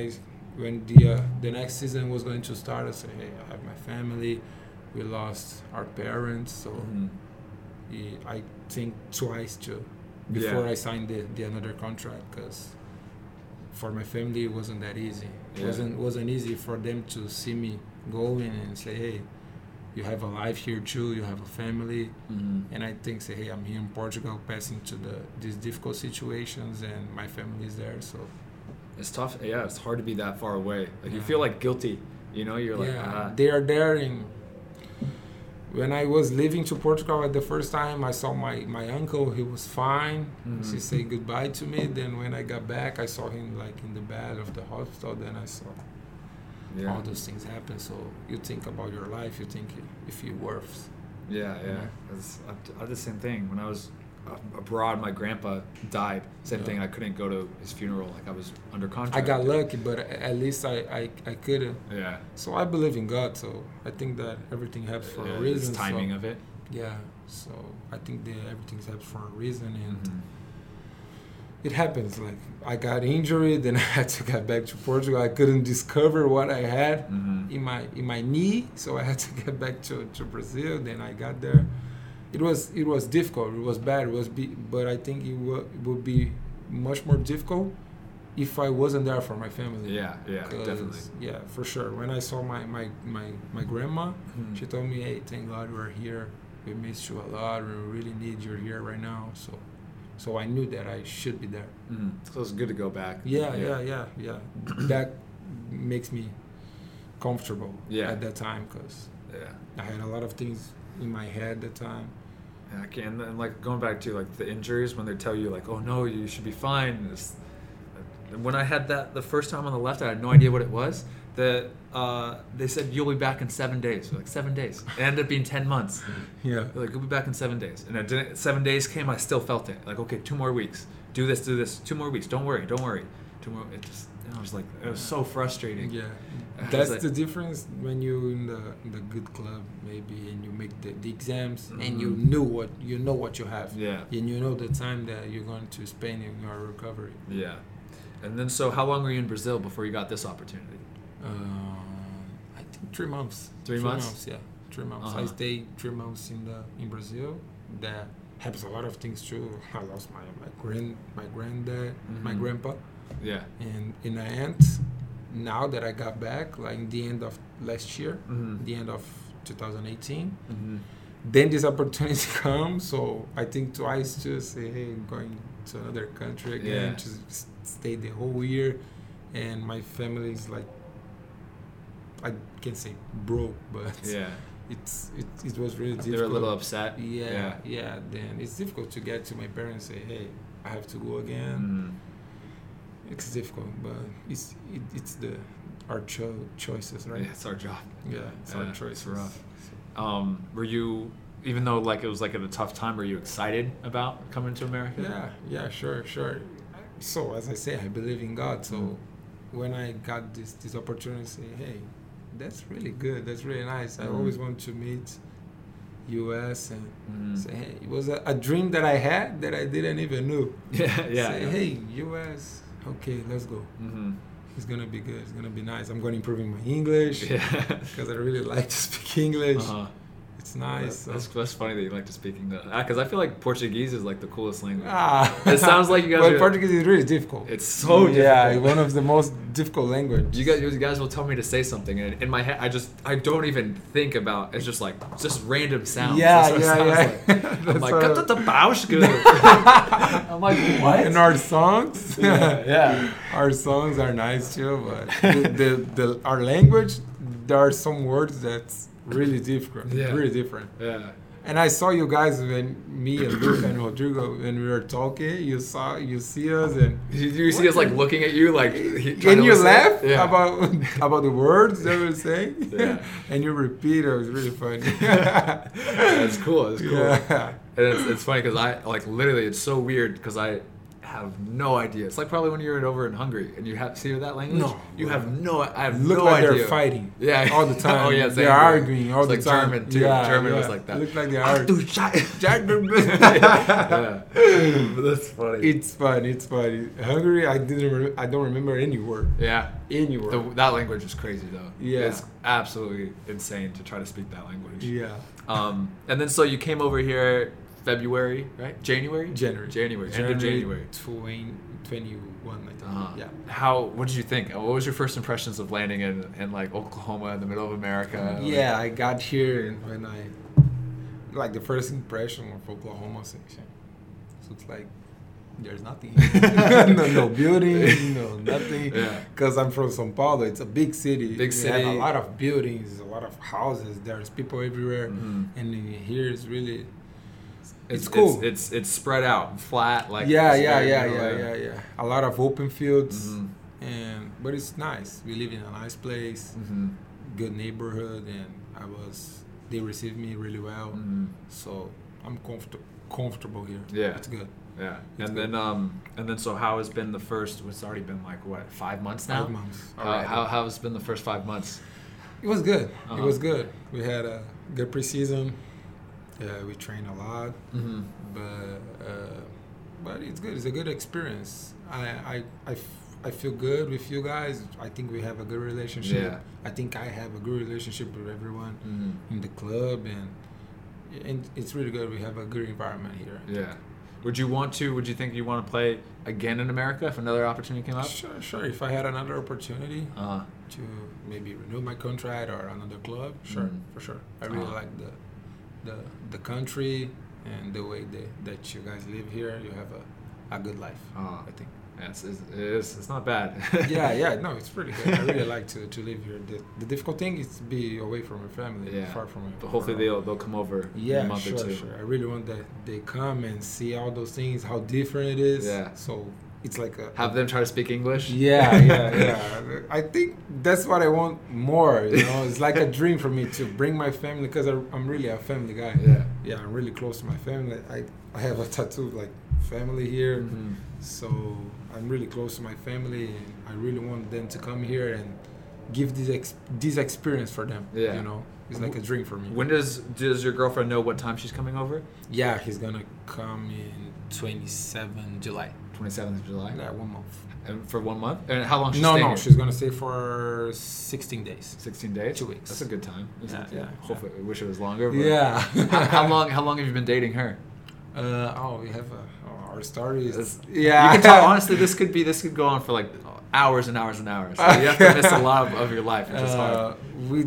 when the uh, the next season was going to start i said hey i have my family we lost our parents so Mhm. yeah, I think twice too before Yeah. I signed the, the another contract because for my family it wasn't that easy. It Yeah. wasn't wasn't easy for them to see me going and say, hey, you have a life here too. You have a family, Mhm. and I think say, hey, I'm here in Portugal, passing to the these difficult situations, and my family is there. So It's tough. Yeah, it's hard to be that far away. Like you Yeah. feel like guilty. You know, you're like, yeah, ah. they are there. And when I was leaving to Portugal at the first time, I saw my, my uncle. He was fine. Mhm. She said goodbye to me. Then when I got back, I saw him like in the bed of the hospital. Then I saw yeah. all those things happen. So you think about your life. You think i- if it worth. Yeah, You yeah. know? It's- I, I did the same thing when I was a- abroad. My grandpa died. Same Yeah. thing. I couldn't go to his funeral. Like I was under contract. I got lucky, but a- at least I, I, I couldn't. Yeah. So I believe in God. So I think that everything happens for yeah a reason. it's timing so, of it. Yeah. So I think that everything happens for a reason. And Mhm. it happens. Like I got injured, then I had to get back to Portugal. I couldn't discover what I had Mhm. in my in my knee, so I had to get back to, to Brazil. Then I got there. It was it was difficult. It was bad. It was be, but I think it, w- it would be much more difficult if I wasn't there for my family. Yeah, yeah, 'Cause- definitely. Yeah, for sure. When I saw my my my, my grandma, Mhm. she told me, "Hey, thank God we're here. We missed you a lot. We really need you here right now." So, so I knew that I should be there. Mhm. So it's good to go back. Yeah, yeah, yeah, yeah. that makes me comfortable Yeah. at that time because Yeah. I had a lot of things in my head at the time. And I can, and, then, like going back to like the injuries when they tell you like, oh no, you should be fine. and It's, and when I had that the first time on the left, I had no idea what it was. The uh, they said you'll be back in seven days. Like seven days. It ended up being ten months. Yeah. They're like we'll be back in seven days. And I didn't. Seven days came. I still felt it. Like okay, two more weeks. Do this. Do this. Two more weeks. Don't worry. Don't worry. Two more. It just. And I was like, it was so frustrating. Yeah. I was That's like- the difference when you in the in the good club maybe and you make the, the exams and you Mhm. knew what you know what you have. Yeah. And you know the time that you're going to spend in your recovery. Yeah. And then so how long were you in Brazil before you got this opportunity? Uh, I think three months. Three months? Yeah, three months. I Uh-huh. stayed three months in the in Brazil. That helps a lot of things too. I lost my my grand my granddad, my Mhm. grandpa, Yeah. and in an aunt. Now that I got back, like in the end of last year, Mhm. the end of 2018, Mhm. then this opportunity comes. So I think twice to say, hey, I'm going to another country again Yeah. to s- stay the whole year, and my family is like, I can't say broke, but Yeah. it's it, it was really difficult. They were a little upset. Yeah, yeah, Then it's difficult to get to my parents and say, hey, I have to go again. Mhm. Mm. It's difficult, but it's it, it's the our cho- choices, right? Yeah, it's our job. Yeah, it's Yeah, our it's choices. rough. Um, were you, even though like it was like at a tough time, were you excited about coming to America? Yeah, yeah, sure, sure. So as I say, I believe in God. So Mm. when I got this this opportunity, I say, hey, that's really good. That's really nice. I Mm. always want to meet U.S. and Mhm. say, hey, it was a, a dream that I had that I didn't even know. Yeah, yeah. Say, yeah. hey, U.S. Okay, let's go. Mhm. It's gonna be good. It's gonna be nice. I'm gonna improve in my English because Yeah. I really like to speak English. Uh-huh. It's nice. so- That's, that's funny that you like to speak English. Because I feel like Portuguese is like the coolest language. Ah. It sounds like you guys Well, are- Portuguese is really difficult. It's so yeah, difficult. one of the most difficult language. You guys, you guys will tell me to say something, and in my head, I just, I don't even think about. It's just like, it's just random sounds. Yeah, That's what it yeah, sounds yeah. Like. I'm That's like, what- "Katatapaushka." I'm like, what? And our songs, Yeah, yeah. our songs are nice too, but the, the, the our language, there are some words that's really different, Yeah. really different. Yeah. And I saw you guys when me and Luke and Rodrigo when we were talking, you saw you see us and You, you see us like looking at you, like, he- trying and to you listen. laugh Yeah. about about the words they were saying, Yeah. and you repeat. It was really funny. That's cool. That's cool. Yeah. And it's, it's funny because I like literally it's so weird because I have no idea. It's like probably when you were over in Hungary and you have see that language. No. you have no. I have Look no like idea. they're fighting. Yeah, all the time. oh yeah, they're arguing all it's the like time. German too. Yeah, German was yeah. like that. Look like they Ah, are. du Schei- Yeah. yeah, But that's funny. It's fun. It's funny. Hungary. I didn't. Re- I don't remember any word. yeah, Any the, word. that language is crazy though. Yeah. it's absolutely insane to try to speak that language. yeah. Um, and then so you came over here February, right? January, January. January, end of January. 20, 21, I think. Uh-huh. Yeah. How? What did you think? Uh, What was your first impressions of landing in, in like Oklahoma in the middle of America? yeah, I got here and when I like the first impression of Oklahoma section. So it's like there's nothing. no, no buildings, no nothing. Yeah. Because I'm from São Paulo, it's a big city. Big We have city. a lot of buildings, a lot of houses. There's people everywhere, Mhm. and here is really. it's, It's, cool. It's, it's it's spread out, and flat, like yeah, it's yeah, very yeah, yeah, narrow. yeah, yeah. A lot of open fields, Mhm. and but it's nice. We live in a nice place Mhm. good neighborhood and I was they received me really well. Mhm. So I'm comfortable comfortable here. Yeah. It's good. Yeah, It's and good. then um, and then so how has been the first? It's already been like what five months now. Five months. How- already. how how has been the first five months? it was good. Uh-huh. It was good. We had a good preseason. Yeah, we trained a lot, Mm-hmm. but uh, but it's good. It's a good experience. I I I f- I feel good with you guys. I think we have a good relationship. Yeah. I think I have a good relationship with everyone Mm-hmm. in the club, and and it's really good. We have a good environment here. Yeah. Would you want to? Would you think you want to play again in America if another opportunity came up? Sure, sure. If I had another opportunity Uh, to maybe renew my contract or another club, sure, Mm. for sure. I really Ah. like the, the the country and the way they, that you guys live here. You have a, a good life, uh, I think. yeah, it's, it's, it's, it's not bad. yeah, yeah. No, it's pretty good. I really like to, to live here. The, the difficult thing is to be away from your family, Yeah. far from your But hopefully they'll they'll come over in a yeah, month sure, or two. sure. I really want that they come and see all those things, how different it is. Yeah. So it's like a, Have them try to speak English. Yeah, yeah, yeah. I think that's what I want more. You know, it's like a dream for me to bring my family because I'm really a family guy. yeah. Yeah, I'm really close to my family. I, I have a tattoo of, like family here, Mhm. so I'm really close to my family, and I really want them to come here and give this ex- this experience for them. Yeah. you know, it's like a dream for me. When does does your girlfriend know what time she's coming over? yeah, he's gonna come in 27 July. Twenty seventh of July. Yeah, one month. And for one month. And how long? She's no, staying no, here? she's gonna stay for 16 days. Sixteen days. Two weeks. That's a good time. That's Yeah, a good- yeah. Hopefully, I wish it was longer. But Yeah. how, how long? How long have you been dating her? Uh, oh, we have uh, oh, our stories. It's- Yeah. You can tell, honestly, this could be this could go on for like hours and hours and hours. So you have to miss a lot of, of your life, which is Uh, hard. we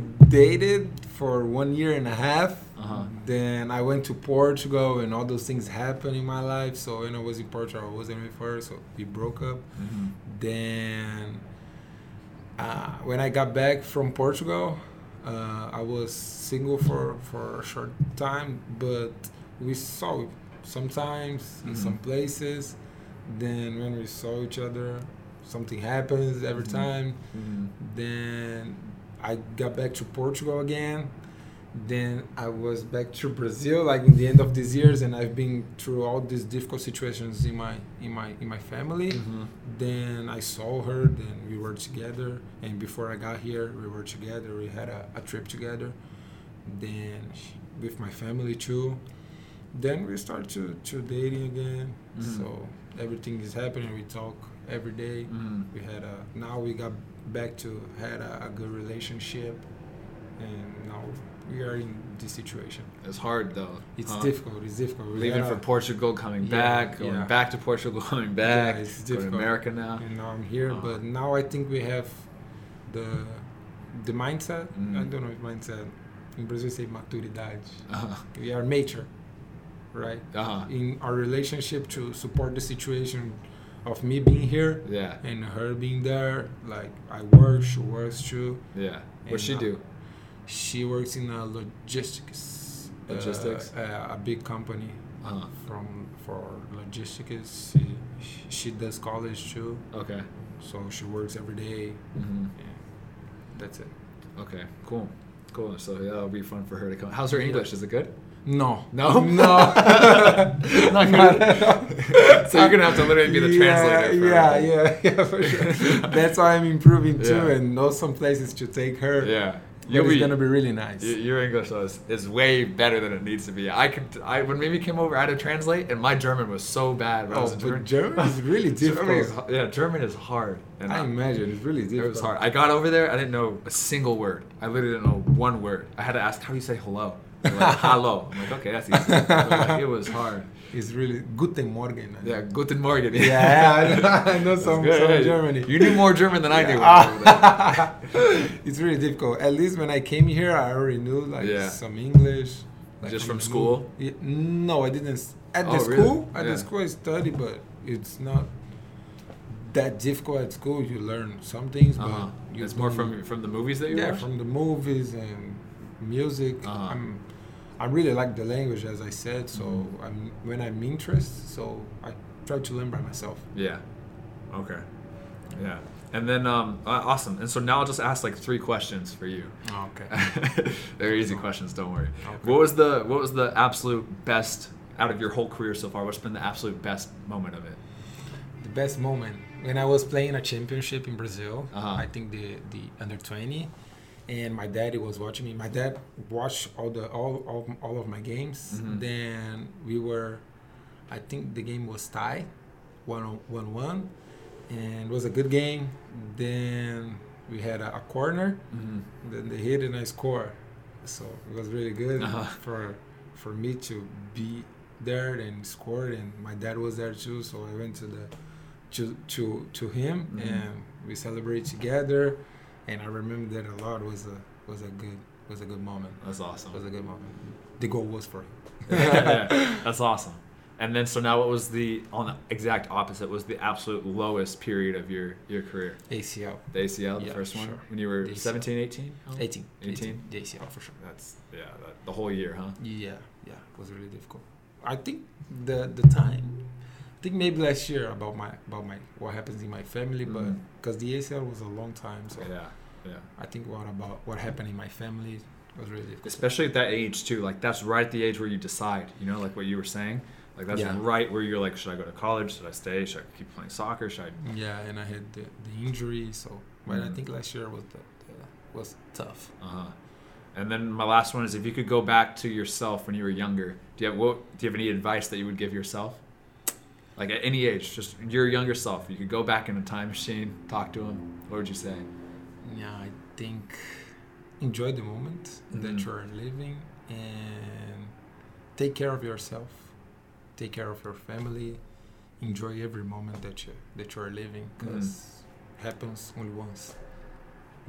dated for one year and a half. Uh-huh. Then I went to Portugal, and all those things happened in my life. So when I was in Portugal, I wasn't with her, so we broke up. Mhm. Then uh, when I got back from Portugal, uh, I was single for for a short time, but we saw sometimes in Mhm. some places. Then when we saw each other, something happens every Mhm. time. Mhm. Then I got back to Portugal again. Then I was back to Brazil, like in the end of these years, and I've been through all these difficult situations in my in my in my family. Mhm. Then I saw her, then we were together, and before I got here, we were together. We had a, a trip together. Then she, with my family too. Then we start to, to dating again. Mhm. So everything is happening. We talk every day. Mm. We had a now we got back to had a, a good relationship, and now we are in this situation. It's hard though. It's huh? difficult. It's difficult. We Leaving had for a- Portugal, coming Yeah, back, going yeah. back to Portugal, coming back. Yeah, it's going to difficult. America now. and now I'm here. Uh-huh. But now I think we have the the mindset. Mm. I don't know if mindset. In Brazil, we say maturidade. Uh We are mature, right? huh. In our relationship to support the situation of me being here Yeah. and her being there. Like I work, she works too. Yeah. And What'd she now- do? She works in a logistics. uh, Logistics? uh, a big company Uh from for logistics. She, she does college too, huh. Okay. so she works every day. hmm Yeah, that's it. Okay. Cool. Cool. So yeah, that'll be fun for her to come. How's her English? Is it good? No. No? No. Not good. so you're gonna have to literally be the translator. for Yeah, everything. yeah, yeah, for sure. That's why I'm improving too, Yeah. and know some places to take her. Yeah. but You'll it's be, gonna be really nice. y- your English though, is, is way better than it needs to be. I could. I when Mimi came over, I had to translate, and my German was so bad. When I Oh, was in but German is really German is difficult. h- yeah, German is hard. And I imagine it's really It difficult. was hard. I got over there. I didn't know a single word. I literally didn't know one word. I had to ask, how do you say hello? They're Like, hello. I'm like, okay, that's easy. Like, it was hard. It's really Guten Morgen. I Yeah, know. guten Morgen. Yeah, I know- I know That's some- good. some Hey, Germany. You knew more German than I knew. when I was over Ah. it's really difficult. At least when I came here, I already knew like Yeah. some English. Like, Just I from knew- school? Yeah, no, I didn't. s- At the Oh, really? school, at Yeah. the school I study, but it's not that difficult at school. You learn some things, there. but Uh-huh. you It's more don't- from from the movies that you yeah watch. from the movies and music. Uh-huh. I'm I really like the language, as I said. So Mhm. I'm when I'm interested, so I try to learn by myself. Yeah. Okay. Yeah. And then um, uh, awesome. And so now I'll just ask like three questions for you. Okay. They're easy questions. Don't worry. Okay. What was the What was the absolute best out of your whole career so far? What's been the absolute best moment of it? The best moment when I was playing a championship in Brazil. Uh-huh. I think the the under twenty, and my daddy was watching me. My dad watched all the all all, all of my games. Mhm. Then we were, I think the game was tie, one on- one one, and it was a good game. Then we had a, a corner. Mhm. Then they hit and I score, so it was really good Uh-huh. for for me to be there and scored. And my dad was there too, so I went to the to to to him Mhm. and we celebrated together. And I remember that a lot. was a was a good was a good moment. That's Was awesome. a good moment. The goal was for him. Yeah, That's awesome. And then so now what was the on the exact opposite was the absolute lowest period of your your career? ACL The ACL, the Yeah, first one, sure. when you were The ACL. 17, 18? 18, 18? The ACL for sure. That's yeah, that, the whole year, huh? Yeah, yeah, it was really difficult. I think the the time, I think maybe last year about my about my what happens in my family, but Mhm. because the ACL was a long time, so Yeah, yeah. I think what about what happened in my family was really difficult. especially at that age too like that's right at the age where you decide you know like what you were saying like that's Yeah. right where you're like should i go to college should i stay should i keep playing soccer should i Yeah, and I had the, the injury, so but I Mhm. think last year was the, the was tough. uh-huh and then my last one is if you could go back to yourself when you were younger do you have what do you have any advice that you would give yourself like at any age just your younger self you could go back in a time machine talk to him what would you say Yeah, I think Mm-hmm. enjoy the moment Mhm. that you're living and take care of yourself, take care of your family, enjoy every moment that you that you're living because happens only once.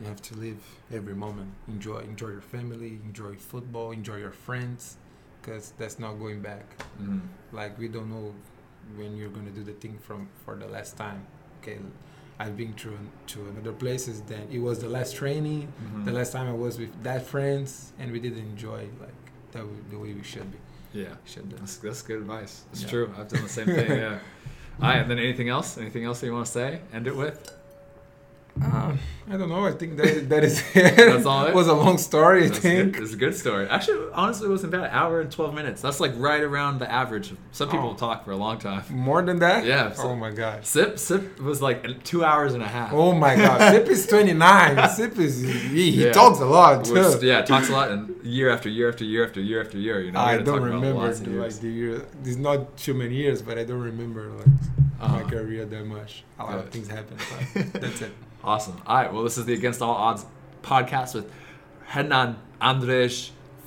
You have to live every moment. Enjoy, enjoy your family, enjoy football, enjoy your friends, because that's not going back. mm-hmm. Like we don't know when you're gonna do the thing from for the last time. Okay, I've been to to another places. Then it was the last training, Mm-hmm. the last time I was with that friends, and we didn't enjoy like that we, the way we should be. yeah Should be. that's, that's good advice it's Yeah. true i've done the same thing yeah all right and then anything else anything else that you want to say end it with Uh, I don't know. I think that that is it. Um, That's all it? was a long story. I That's think. Good. It's a good story. Actually, honestly, it wasn't bad. Hour and twelve minutes. That's like right around the average. Some people Oh. talk for a long time. More than that? Yeah, so- oh my gosh. Sip, sip was like two hours and a half. Oh my gosh. Sip is 29. Sip is he, he Yeah. talks a lot too. Which, yeah, talks a lot, and year after year after year after year after year. You know, I we're gonna don't talk about remember lots of the, years. like the year. It's not too many years, but I don't remember like my Uh-huh. career that much. A lot Good. of things happened. But that's it. Awesome. All right. Well, this is the Against All Odds podcast with Hernan Andres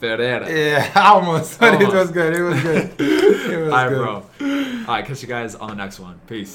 Ferreira. Yeah, almost. But it Almost. was good. It was good. It was All right, good. bro. All right. Catch you guys on the next one. Peace.